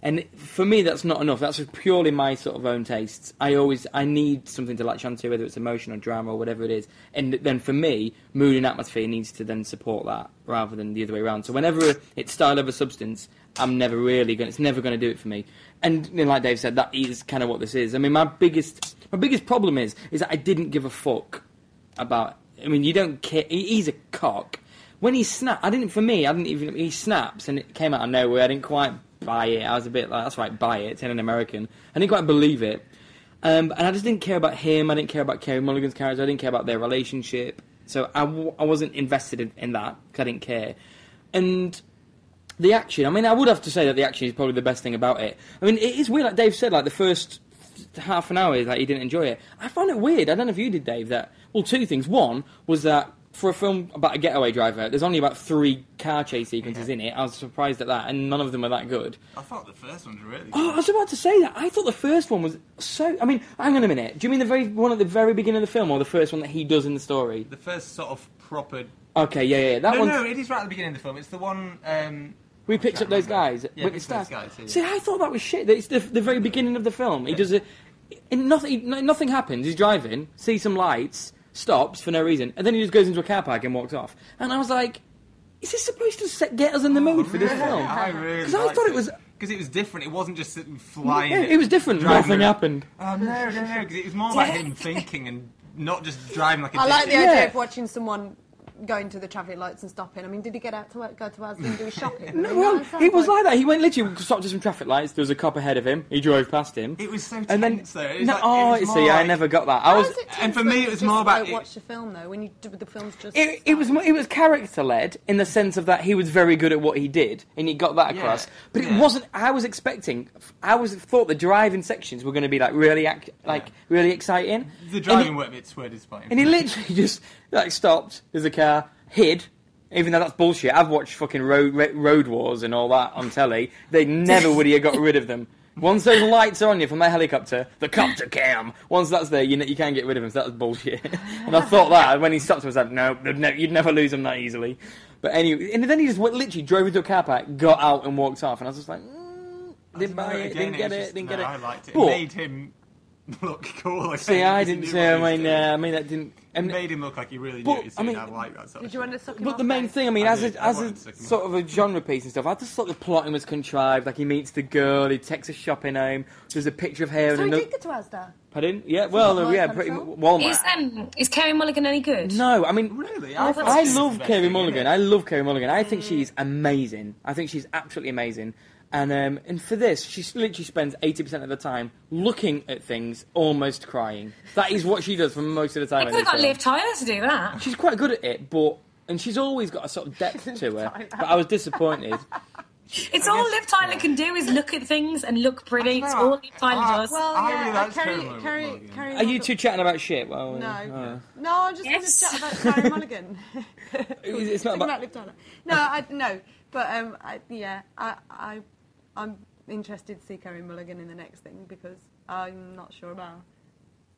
Speaker 3: And for me, that's not enough. That's just purely my sort of own tastes. I always I need something to latch onto, whether it's emotion or drama or whatever it is. And then for me, mood and atmosphere needs to then support that rather than the other way around. So whenever it's style over substance, I'm never really going. to It's never going to do it for me. And you know, like Dave said, that is kind of what this is. I mean, my biggest my biggest problem is is that I didn't give a fuck about. I mean, you don't care. he- He's a cock. When he snapped, I didn't. For me, I didn't even. He snaps, and it came out of nowhere. I didn't quite buy it. I was a bit like, "That's right, buy it." In an American, I didn't quite believe it. Um, and I just didn't care about him. I didn't care about Kerry Mulligan's character. I didn't care about their relationship. So I, w- I wasn't invested in, in that 'cause I didn't care. And the action. I mean, I would have to say that the action is probably the best thing about it. I mean, it is weird, like Dave said, like the first half an hour, like he didn't enjoy it. I found it weird. I don't know if you did, Dave. That well, two things. One was that for a film about a getaway driver, there's only about three car chase sequences in it. I was surprised at that, and none of them are that good. <gasps>
Speaker 2: I thought the first one's really.
Speaker 3: Oh, I was about to say that. I thought the first one was so. I mean, hang on a minute. Do you mean the very one at the very beginning of the film, or the first one that he does in the story?
Speaker 2: The first sort of proper.
Speaker 3: Okay, yeah, yeah. yeah. That
Speaker 2: No,
Speaker 3: one's
Speaker 2: no, it is right at the beginning of the film. It's the one. Um,
Speaker 3: We picked up those guys.
Speaker 2: Yeah,
Speaker 3: with the
Speaker 2: picked up those
Speaker 3: staff.
Speaker 2: guys,
Speaker 3: See,
Speaker 2: yeah.
Speaker 3: I thought that was shit. It's the, the very beginning of the film. He does it, and nothing. no- Nothing happens. He's driving, sees some lights, stops for no reason, and then he just goes into a car park and walks off. And I was like, "Is this supposed to set, get us in the mood for this film?"
Speaker 2: I Oh, really.
Speaker 3: 'Cause I thought it was-
Speaker 2: Because it was different. It wasn't just sitting flying.
Speaker 3: Yeah,
Speaker 2: it.
Speaker 3: it was different.
Speaker 2: Driving
Speaker 3: Nothing
Speaker 2: around.
Speaker 3: happened.
Speaker 2: Oh, no, no, no. Because it was more like him thinking and not just driving like a.
Speaker 5: I like the
Speaker 2: dickhead.
Speaker 3: Yeah.
Speaker 5: idea of watching someone going to the traffic lights and stopping. I mean, did he get out to work, go to Asda and do his
Speaker 2: <laughs>
Speaker 5: shopping?
Speaker 3: No, well, it was like that. He went literally stopped at some traffic lights. There was a cop ahead of him. He drove past him.
Speaker 2: It was so tense,
Speaker 3: and then
Speaker 2: though. It was
Speaker 3: no,
Speaker 2: like- it
Speaker 3: oh,
Speaker 2: was more
Speaker 3: see, I
Speaker 2: like-
Speaker 3: never got that. I was.
Speaker 2: and for me, it was more about
Speaker 5: like,
Speaker 2: it-
Speaker 5: watch the film though. When you do the film's just
Speaker 3: It, it was
Speaker 5: started.
Speaker 3: mo- it was character led in the sense of that he was very good at what he did and he got that
Speaker 2: Yeah,
Speaker 3: across. But it
Speaker 2: yeah.
Speaker 3: wasn't. I was expecting. I was thought the driving sections were going to be like really ac- like really exciting.
Speaker 2: The
Speaker 3: And
Speaker 2: driving
Speaker 3: he-
Speaker 2: were a bit swear disappointing.
Speaker 3: and he literally <laughs> just like stopped. There's a car hid. Even though that's bullshit, I've watched fucking road ra- road wars and all that on telly. They never would have got rid
Speaker 2: <laughs>
Speaker 3: of them. Once those lights are on you from that helicopter, the copter cam. Once that's there, you know, you can't get rid of them. So that's bullshit. <laughs> and I thought that when he stopped, I was like, no, they'd ne- you'd never lose them that easily. But anyway, and then he just went, literally drove into a car park, got out, and walked off. And I was just like, mm, didn't
Speaker 2: No,
Speaker 3: buy it,
Speaker 2: again,
Speaker 3: didn't get
Speaker 2: was
Speaker 3: it,
Speaker 2: just-
Speaker 3: didn't
Speaker 2: no,
Speaker 3: get it.
Speaker 2: I liked it.
Speaker 3: But-
Speaker 2: it made him look cool. Again,
Speaker 3: See, I
Speaker 2: because he
Speaker 3: didn't.
Speaker 2: knew
Speaker 3: See,
Speaker 2: what
Speaker 3: I
Speaker 2: he was
Speaker 3: mean,
Speaker 2: doing.
Speaker 3: uh, I mean, that didn't. I mean,
Speaker 2: made him look like he really
Speaker 3: But,
Speaker 2: knew it.
Speaker 3: I mean-
Speaker 2: I like that sort
Speaker 5: Did
Speaker 2: of
Speaker 5: you
Speaker 2: shit.
Speaker 5: want to suck him
Speaker 3: But
Speaker 5: off,
Speaker 3: the main
Speaker 5: Dave?
Speaker 3: thing, I mean,
Speaker 2: I
Speaker 3: as
Speaker 2: did.
Speaker 3: a,
Speaker 2: I
Speaker 3: as
Speaker 2: wanted
Speaker 3: a
Speaker 2: to second
Speaker 3: sort of a genre piece and stuff, I just thought the plotting was contrived. Like he meets the girl, he takes her shopping home. There's a picture of her and
Speaker 5: So he
Speaker 3: another.
Speaker 5: did get to Asda.
Speaker 3: Pardon? Yeah, well,
Speaker 5: not
Speaker 3: uh,
Speaker 5: my
Speaker 3: yeah,
Speaker 5: kind of
Speaker 3: pretty
Speaker 5: film.
Speaker 3: Walmart.
Speaker 6: Is um is Kerry Mulligan any good?
Speaker 3: no, I mean,
Speaker 2: Really?
Speaker 6: I
Speaker 2: thought
Speaker 3: I
Speaker 2: this was the
Speaker 3: love
Speaker 2: best
Speaker 3: Kerry
Speaker 2: thing,
Speaker 3: Mulligan.
Speaker 2: innit?
Speaker 3: I love Kerry Mulligan. I think she's
Speaker 5: Mm.
Speaker 3: amazing. I think she's absolutely amazing. And um, and for this, she s- literally spends eighty percent of the time looking at things, almost crying. That is what she does for most of the time.
Speaker 6: I
Speaker 3: in
Speaker 6: could have
Speaker 3: this
Speaker 6: got
Speaker 3: film.
Speaker 6: Liv Tyler to
Speaker 3: <laughs>
Speaker 6: do that.
Speaker 3: She's quite good at it, but and she's always got a sort of
Speaker 5: <laughs>
Speaker 3: depth to her. But I was disappointed.
Speaker 6: It's all Liv Tyler can do is look at things and look pretty. It's all Liv
Speaker 2: Ah,
Speaker 6: Tyler does.
Speaker 5: Well,
Speaker 2: I
Speaker 5: yeah,
Speaker 2: really
Speaker 5: uh,
Speaker 2: liked
Speaker 5: Kerry-
Speaker 2: Kerry Mulligan.
Speaker 5: Kerry-
Speaker 2: Mulligan.
Speaker 5: Kerry
Speaker 3: Are you
Speaker 5: Mulligan-
Speaker 3: two chatting about shit? Well, uh,
Speaker 5: No, no, I just
Speaker 6: Yes.
Speaker 5: want to chat about <laughs> Kerry Mulligan.
Speaker 3: it's not
Speaker 5: Talking about
Speaker 3: about.
Speaker 5: Liv Tyler. No, I no, but um, I, yeah, I, I, I'm interested to see Kerry Mulligan in the next thing because I'm not sure about.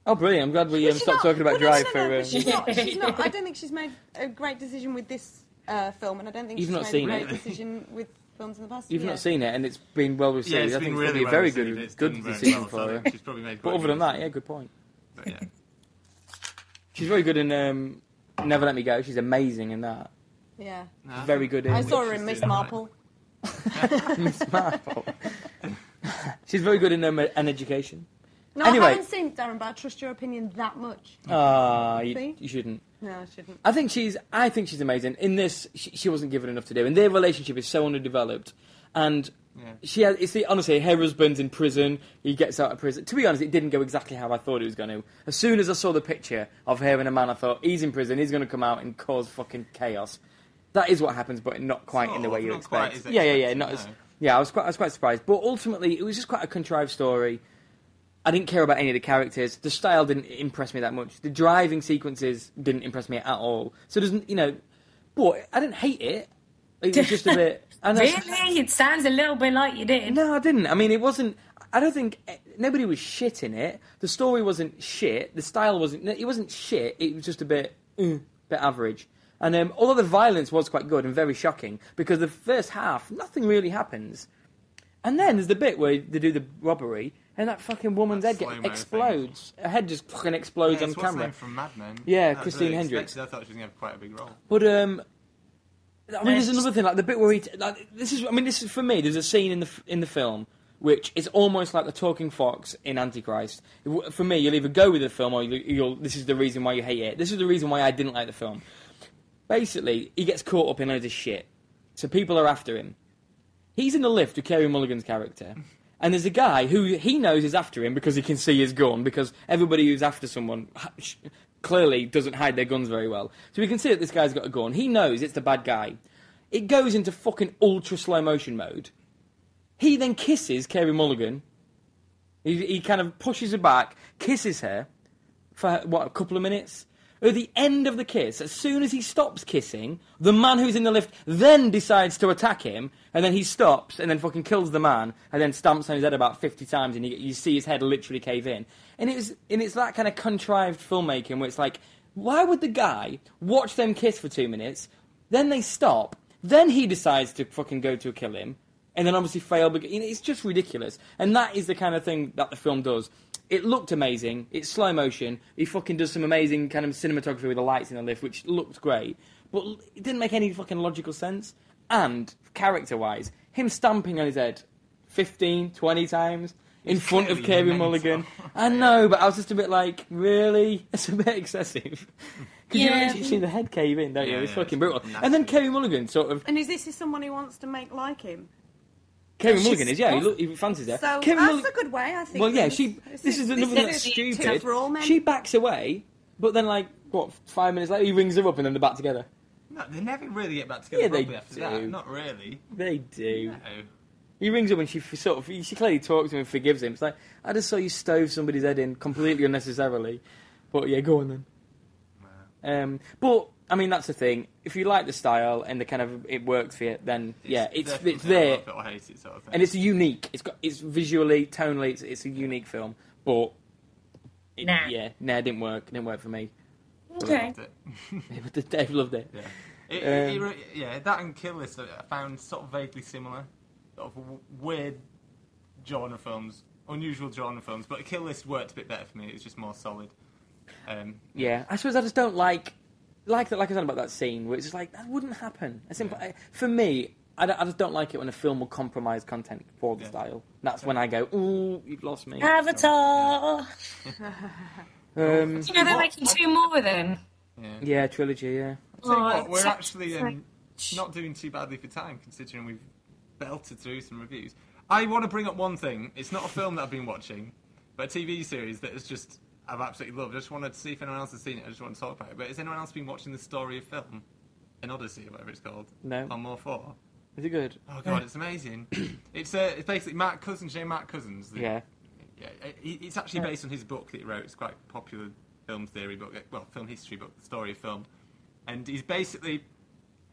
Speaker 3: Oh, brilliant! I'm glad we um,
Speaker 5: She's
Speaker 3: stopped
Speaker 5: not-
Speaker 3: talking about
Speaker 5: well, no,
Speaker 3: Drive for.
Speaker 5: no, no, no,
Speaker 3: Uh,
Speaker 5: but she's not, she's not, I don't think she's made a great decision with this uh, film, and I don't think
Speaker 3: You've
Speaker 5: she's
Speaker 3: not
Speaker 5: made
Speaker 3: seen
Speaker 5: a great
Speaker 3: it.
Speaker 5: decision with films in the past.
Speaker 3: You've
Speaker 5: yeah.
Speaker 3: not seen it, and it's been well received.
Speaker 2: Yeah, it's
Speaker 3: I
Speaker 2: been
Speaker 3: think
Speaker 2: really
Speaker 3: it's
Speaker 2: well
Speaker 3: probably a very
Speaker 2: received. It's
Speaker 3: good,
Speaker 2: done
Speaker 3: good
Speaker 2: very
Speaker 3: decision
Speaker 2: well, so I
Speaker 3: for her.
Speaker 2: think She's probably made.
Speaker 3: But
Speaker 2: quite
Speaker 3: other
Speaker 2: a
Speaker 3: than that, yeah,
Speaker 2: decision.
Speaker 3: good point.
Speaker 2: But yeah.
Speaker 3: She's very good in um, Never Let Me Go. She's amazing in that. <laughs>
Speaker 5: Yeah,
Speaker 2: Nah,
Speaker 3: Very good in
Speaker 5: I saw her
Speaker 2: she's
Speaker 5: in Miss
Speaker 2: doing all right.
Speaker 5: Marple.
Speaker 2: <laughs>
Speaker 3: Miss Marple. she's very good in um, an education.
Speaker 5: No,
Speaker 3: Anyway.
Speaker 5: I haven't seen Darren, but I trust your opinion that much.
Speaker 3: Ah, you,
Speaker 5: See?
Speaker 3: you shouldn't.
Speaker 5: No, I shouldn't.
Speaker 3: I think she's. I think she's amazing. In this, she, she wasn't given enough to do, and their relationship is so underdeveloped. And
Speaker 2: Yeah.
Speaker 3: she has. It's the honestly, her husband's in prison. He gets out of prison. To be honest, it didn't go exactly how I thought it was going to. As soon as I saw the picture of her and a man, I thought he's in prison. He's going to come out and cause fucking chaos. That is what happens, but not quite in the
Speaker 2: Sort
Speaker 3: way
Speaker 2: of,
Speaker 3: you
Speaker 2: not quite
Speaker 3: expect.
Speaker 2: as
Speaker 3: Yeah, yeah, yeah.
Speaker 2: expected,
Speaker 3: Not as.
Speaker 2: no.
Speaker 3: Yeah, I was quite. I was quite surprised, but ultimately, it was just quite a contrived story. I didn't care about any of the characters. The style didn't impress me that much. The driving sequences didn't impress me at all. So there's, n- you know, but I didn't hate it. It was just a bit. And I-
Speaker 6: Really? It sounds a little bit like you did.
Speaker 3: No, I didn't. I mean, it wasn't. I don't think eh, nobody was shit in it. The story wasn't shit. The style wasn't. It wasn't shit. It was just a bit, mm, bit average. And um, although the violence was quite good and very shocking, because the first half nothing really happens. And then there's the bit where they do the robbery, and that fucking woman's
Speaker 2: That
Speaker 3: head get,
Speaker 2: slow-mo
Speaker 3: explodes. Her head just fucking explodes
Speaker 2: Yeah,
Speaker 3: on
Speaker 2: it's what's her
Speaker 3: camera.
Speaker 2: name from Mad Men.
Speaker 3: Yeah,
Speaker 2: That was
Speaker 3: Christine
Speaker 2: really
Speaker 3: Hendricks.
Speaker 2: expected. I thought she was going to have quite a big role.
Speaker 3: But um, I mean, there's
Speaker 6: Next.
Speaker 3: another thing like the bit where he t- like this is. I mean, this is for me. There's a scene in the f- in the film which is almost like the talking fox in Antichrist. W- For me, you'll either go with the film or you'll, you'll. This is the reason why you hate it. This is the reason why I didn't like the film. Basically, he gets caught up in loads of shit, so people are after him. He's in the lift with Kerry Mulligan's character. And there's a guy who he knows is after him because he can see his gun. Because everybody who's after someone ha- sh- clearly doesn't hide their guns very well. So we can see that this guy's got a gun. He knows it's the bad guy. It goes into fucking ultra slow motion mode. He then kisses Kerry Mulligan. He, he kind of pushes her back, kisses her for what a couple of minutes. At the end of the kiss, as soon as he stops kissing, the man who's in the lift then decides to attack him, and then he stops and then fucking kills the man, and then stamps on his head about fifty times, and you, you see his head literally cave in. And it's and it's that kind of contrived filmmaking where it's like, why would the guy watch them kiss for two minutes, then they stop, then he decides to fucking go to kill him, and then obviously fail. bec- You know, it's just ridiculous. And that is the kind of thing that the film does. It looked amazing. It's slow motion. He fucking does some amazing kind of cinematography with the lights in the lift, which looked great. But l- it didn't make any fucking logical sense. And character wise, him stamping on his head 15, 20 times in front of
Speaker 2: clearly
Speaker 3: Kerry
Speaker 2: mental. <laughs>
Speaker 3: Mulligan. I know, but I was just a bit like, really? <laughs> It's a bit excessive. Because
Speaker 6: Yeah.
Speaker 3: you actually see the head cave in, don't you?
Speaker 2: Yeah,
Speaker 3: It's
Speaker 2: yeah,
Speaker 3: fucking
Speaker 2: it's
Speaker 3: brutal. And then
Speaker 2: nasty.
Speaker 3: Kerry Mulligan sort of
Speaker 5: And is this is someone who wants to make like him?
Speaker 3: Kevin
Speaker 6: She's
Speaker 3: Mulligan is, yeah, he,
Speaker 6: awesome.
Speaker 3: look, he fancies her.
Speaker 5: So that's
Speaker 3: Kevin Mulligan-
Speaker 5: a good way, I think.
Speaker 3: well, yeah,
Speaker 5: This-
Speaker 3: she. This is another thing
Speaker 5: this
Speaker 3: that's
Speaker 5: is
Speaker 3: stupid.
Speaker 5: For all men.
Speaker 3: She backs away, but then like what? Five minutes later, he rings her up, and then they're back together.
Speaker 2: No, they never really get back together
Speaker 3: Yeah, they
Speaker 2: properly after that.
Speaker 3: do.
Speaker 2: Not really.
Speaker 3: They do.
Speaker 2: No.
Speaker 3: He rings up, and she f- sort of she clearly talks to him and forgives him. It's like I just saw you stove somebody's head in completely unnecessarily, but yeah, go on then. Um, but I mean, that's the thing. If you like the style and the kind of it works for you, then yeah, it's
Speaker 2: definitely
Speaker 3: it's
Speaker 2: a
Speaker 3: there.
Speaker 2: love it or hate it sort of thing.
Speaker 3: and it's unique. It's got it's visually, tonally, it's, it's a unique film. But it,
Speaker 6: Nah.
Speaker 3: yeah, nah, it didn't work. It didn't work for me. <laughs>
Speaker 6: Okay.
Speaker 3: But Dave loved it.
Speaker 2: <laughs> Yeah. It, it- it
Speaker 3: Um,
Speaker 2: re- yeah, that and Kill List uh, I found sort of vaguely similar. Sort of w- weird genre films, unusual genre films, but Kill List worked a bit better for me. It was just more solid. Um,
Speaker 3: Yeah, I suppose I just don't like like that. Like I said about that scene, where it's just like that wouldn't happen. As simple, I, for me, I, don't- I just don't like it when a film will compromise content for the
Speaker 2: Yeah.
Speaker 3: style. That's when I go, ooh, you've lost me. <laughs>
Speaker 6: Ah. Avatar.
Speaker 3: Um,
Speaker 6: Do you know they're making two more of them?
Speaker 2: yeah.
Speaker 3: yeah, trilogy. Yeah,
Speaker 2: Tell you
Speaker 6: Oh,
Speaker 2: what, we're
Speaker 6: it's-
Speaker 2: actually um, not doing too badly for time, considering we've belted through some reviews. I want to bring up one thing. It's not a film that I've been watching, but a TV series that is just I've absolutely loved. I just wanted to see if anyone else has seen it. I just want to talk about it. But has anyone else been watching the story of film, an Odyssey, or whatever it's called,
Speaker 3: No.
Speaker 2: on More Four?
Speaker 3: is it good?
Speaker 2: Oh god, it's amazing. <coughs> it's uh, it's basically Mark Cousins, you know Mark Cousins. the-
Speaker 3: Yeah.
Speaker 2: yeah, it- it's actually
Speaker 3: Yeah.
Speaker 2: based on his book that he wrote. It's quite a popular film theory book, eh, well, film history book, the story of film. And he's basically,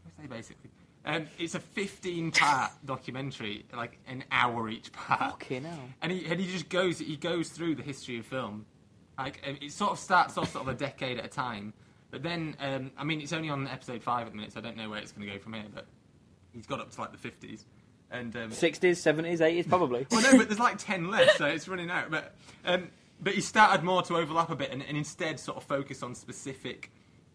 Speaker 2: I say basically, um, it's a 15
Speaker 3: <laughs>
Speaker 2: part documentary, like an hour each part.
Speaker 3: Fucking hell.
Speaker 2: And he, and he just goes, he goes through the history of film. Like, um, it sort of starts off sort of a decade at a time. But then, um, I mean, it's only on episode five at the minute, so I don't know where it's going to go from here, but he's got up to like the 50s. And, um,
Speaker 3: Sixties, seventies, eighties, probably. <laughs>
Speaker 2: <laughs> well, no, but there's like ten left, so it's running out. But um, but he started more to overlap a bit, and, and instead sort of focus on specific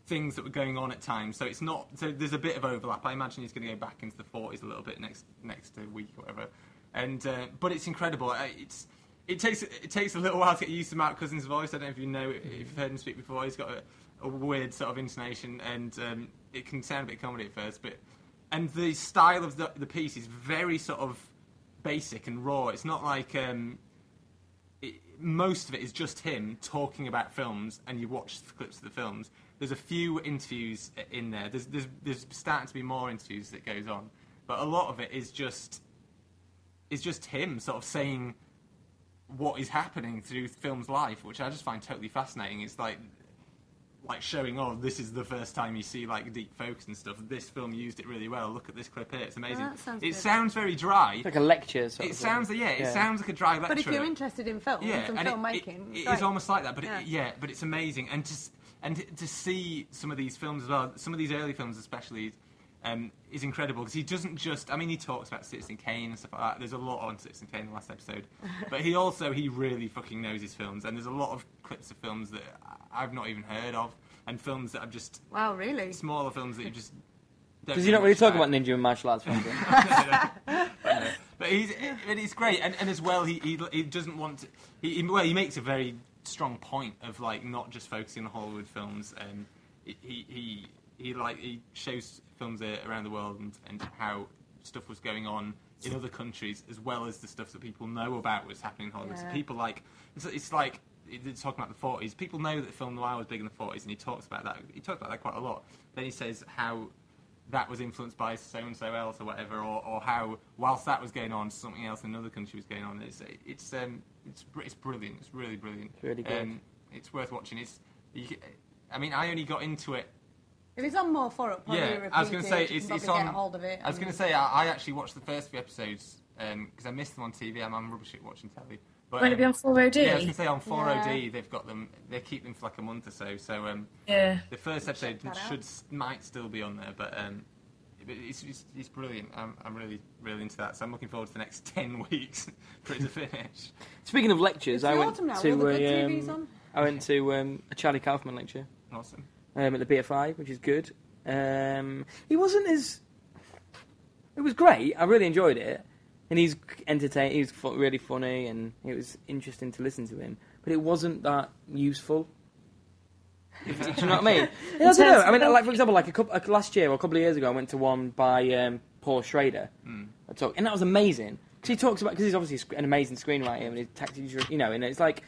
Speaker 2: things that were going on at times. So it's not so there's a bit of overlap. I imagine he's going to go back into the 40s a little bit next next uh, week or whatever. And uh, but it's incredible. Uh, It's it takes it takes a little while to get used to Mark Cousins' voice. I don't know if you know if you've heard him speak before. He's got a, a weird sort of intonation, and um, it can sound a bit comedy at first, but and the style of the, the piece is very sort of basic and raw. It's not like um, it, most of it is just him talking about films, and you watch the clips of the films. There's a few interviews i- in there. There's there's there's starting to be more interviews that goes on, but a lot of it is just is just him sort of saying what is happening through film's life, which I just find totally fascinating. It's like like showing oh this is the first time you see like deep focus and stuff this film used it really well look at this clip here it's amazing
Speaker 5: that sounds
Speaker 2: it
Speaker 5: good.
Speaker 2: sounds very dry
Speaker 3: Like a lecture. Sort
Speaker 2: it
Speaker 3: of
Speaker 2: sounds
Speaker 3: thing.
Speaker 2: yeah, it sounds like a dry lecture.
Speaker 5: But if you're interested in film
Speaker 2: yeah,
Speaker 5: and
Speaker 2: and it-
Speaker 5: film making,
Speaker 2: it, it is almost like that. But
Speaker 5: Yeah.
Speaker 2: It, yeah, but it's amazing, and to s- and to see some of these films as well, some of these early films especially, um, is incredible because he doesn't just. I mean, he talks about Citizen Kane and stuff like that. There's a lot on Citizen Kane in the last
Speaker 5: <laughs>
Speaker 2: episode, but he also he really fucking knows his films. And there's a lot of clips of films that I- I've not even heard of, and films that I've just
Speaker 5: Wow, really?
Speaker 2: smaller films that you just. don't
Speaker 3: Does he
Speaker 2: hear
Speaker 3: not really
Speaker 2: much
Speaker 3: talk about
Speaker 2: about.
Speaker 3: ninja and martial arts films? then?
Speaker 2: But he's, but it's great, and, and as well, he, he he doesn't want to. He, he- well, he makes a very strong point of like not just focusing on Hollywood films. Um, he he- he he like he shows films uh, around the world and, and how stuff was going on in other countries as well as the stuff that people know about was happening in Hollywood. So
Speaker 5: Yeah.
Speaker 2: people like it's, it's like it's talking about the forties. People know that film noir was big in the forties, and he talks about that. He talks about that quite a lot. Then he says how that was influenced by so and so else or whatever, or, or how whilst that was going on, something else in another country was going on. It's it's um, it's br- it's brilliant. It's really brilliant.
Speaker 3: Really good.
Speaker 2: Um, it's worth watching. It's you, c- I mean, I only got into it
Speaker 5: If it's on more for it, probably
Speaker 2: yeah, I was going to say
Speaker 5: repeated, you
Speaker 2: it's,
Speaker 5: can
Speaker 2: it's
Speaker 5: probably
Speaker 2: on.
Speaker 5: Get hold of it
Speaker 3: Mm.
Speaker 2: I was
Speaker 5: and-
Speaker 2: going to say I, I actually watched the first few episodes because I missed them on TV. I'm, I'm rubbish at watching telly. But
Speaker 6: Won't it be on
Speaker 2: um, yeah, I was
Speaker 6: 4OD?
Speaker 2: going to say on 4OD
Speaker 5: Yeah.
Speaker 2: they've got them. They keep them for like a month or so. So um,
Speaker 6: yeah.
Speaker 2: the first episode
Speaker 5: that out.
Speaker 2: should s- might still be on there, but um, it- it's, it's it's brilliant. I'm I'm really really into that. So I'm looking forward to the next <laughs> ten weeks for it to finish. <laughs>
Speaker 3: Speaking of lectures,
Speaker 5: It's
Speaker 3: I
Speaker 5: the
Speaker 3: went,
Speaker 5: autumn now,
Speaker 3: to
Speaker 5: all the good
Speaker 3: a,
Speaker 5: TV's
Speaker 3: um,
Speaker 5: on.
Speaker 3: I went to um, a Charlie Kaufman lecture
Speaker 2: awesome.
Speaker 3: um, at the BFI, which is good. Um, he wasn't as. It was great. I really enjoyed it, and he's entertaining. He was fu- really funny, and it was interesting to listen to him. But it wasn't that useful.
Speaker 2: <laughs>
Speaker 3: Do <laughs> you know what I <laughs> mean? I don't know. I mean, like for example, like a couple like last year or a couple of years ago, I went to one by um, Paul Schrader. I talk, and that was amazing because he talks about because he's obviously sc- an amazing screenwriter and his tactics, you know, and it's like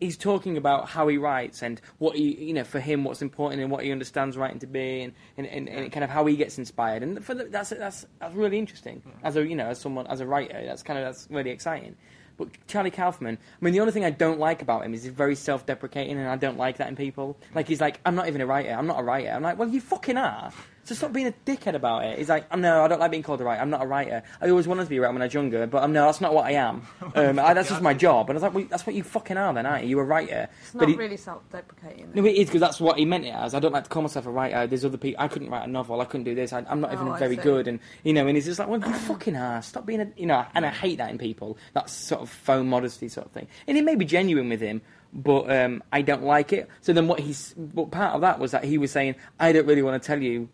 Speaker 3: he's talking about how he writes and what he, you know, for him, what's important and what he understands writing to be, and and, and, and kind of how he gets inspired, and for the, that's that's that's really interesting as a you know as someone as a writer, that's kind of that's really exciting. But Charlie Kaufman, I mean, the only thing I don't like about him is he's very self-deprecating, and I don't like that in people. Like he's like, I'm not even a writer. I'm not a writer. I'm like, well, you fucking are. So stop being a dickhead about it. He's like, oh, no, I don't like being called a writer. I'm not a writer. I always wanted to be a writer when I was younger, but um, no, that's not what I
Speaker 5: <laughs>
Speaker 3: am. Um, I, that's just my job. And I was like, well, that's what you fucking are, then, aren't you? You're a writer.
Speaker 5: It's
Speaker 3: But
Speaker 5: not
Speaker 3: he-
Speaker 5: really self-deprecating.
Speaker 3: no, it is because that's what he meant it as. I don't like to call myself a writer. There's other people. I couldn't write a novel. I couldn't do this. I, I'm not
Speaker 5: Oh,
Speaker 3: even
Speaker 5: I
Speaker 3: very
Speaker 5: see.
Speaker 3: good. And you know, and he's just like, well, you fucking ass. Stop being a you know. And I hate that in people. That sort of faux modesty sort of thing. And it may be genuine with him, but um, I don't like it. So then what he's but part of that was that he was saying, I don't really want to tell you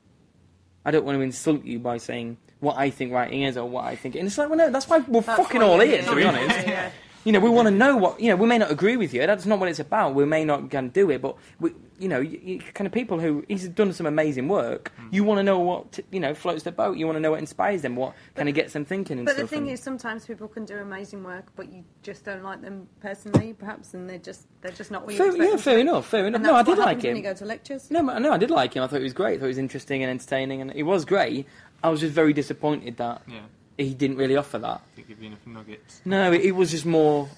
Speaker 3: I don't want to insult you by saying what I think writing is or what I think. And it's like, well, no, that's why we're
Speaker 5: That's
Speaker 3: fucking
Speaker 5: what
Speaker 3: all
Speaker 5: it
Speaker 3: ears, to be
Speaker 5: is.
Speaker 3: honest.
Speaker 5: Yeah.
Speaker 3: You know, we want to know what, you know, we may not agree with you. That's not what it's about. We may not going to do it, but, we, you know, you, you, kind of people who, he's done some amazing work. You want to know what, t- you know, floats their boat. You want to know what inspires them, what kind of gets them thinking and
Speaker 5: But the
Speaker 3: stuff.
Speaker 5: thing
Speaker 3: and-
Speaker 5: is, sometimes people can do amazing work, but you just don't like them personally, perhaps, and they're just they're just not what you
Speaker 3: Fair-
Speaker 5: expect.
Speaker 3: yeah,
Speaker 5: them to
Speaker 3: fair
Speaker 5: be.
Speaker 3: enough, fair enough.
Speaker 5: And
Speaker 3: No, I
Speaker 5: that's
Speaker 3: did
Speaker 5: what
Speaker 3: like
Speaker 5: happens When
Speaker 3: him.
Speaker 5: you go to lectures,
Speaker 3: No, but- no, I did like him. I thought he was great. I thought he was interesting and entertaining, and he was great. I was just very disappointed that
Speaker 2: Yeah,
Speaker 3: he didn't really offer that.
Speaker 2: to give you enough nuggets.
Speaker 3: No, it, it was just more.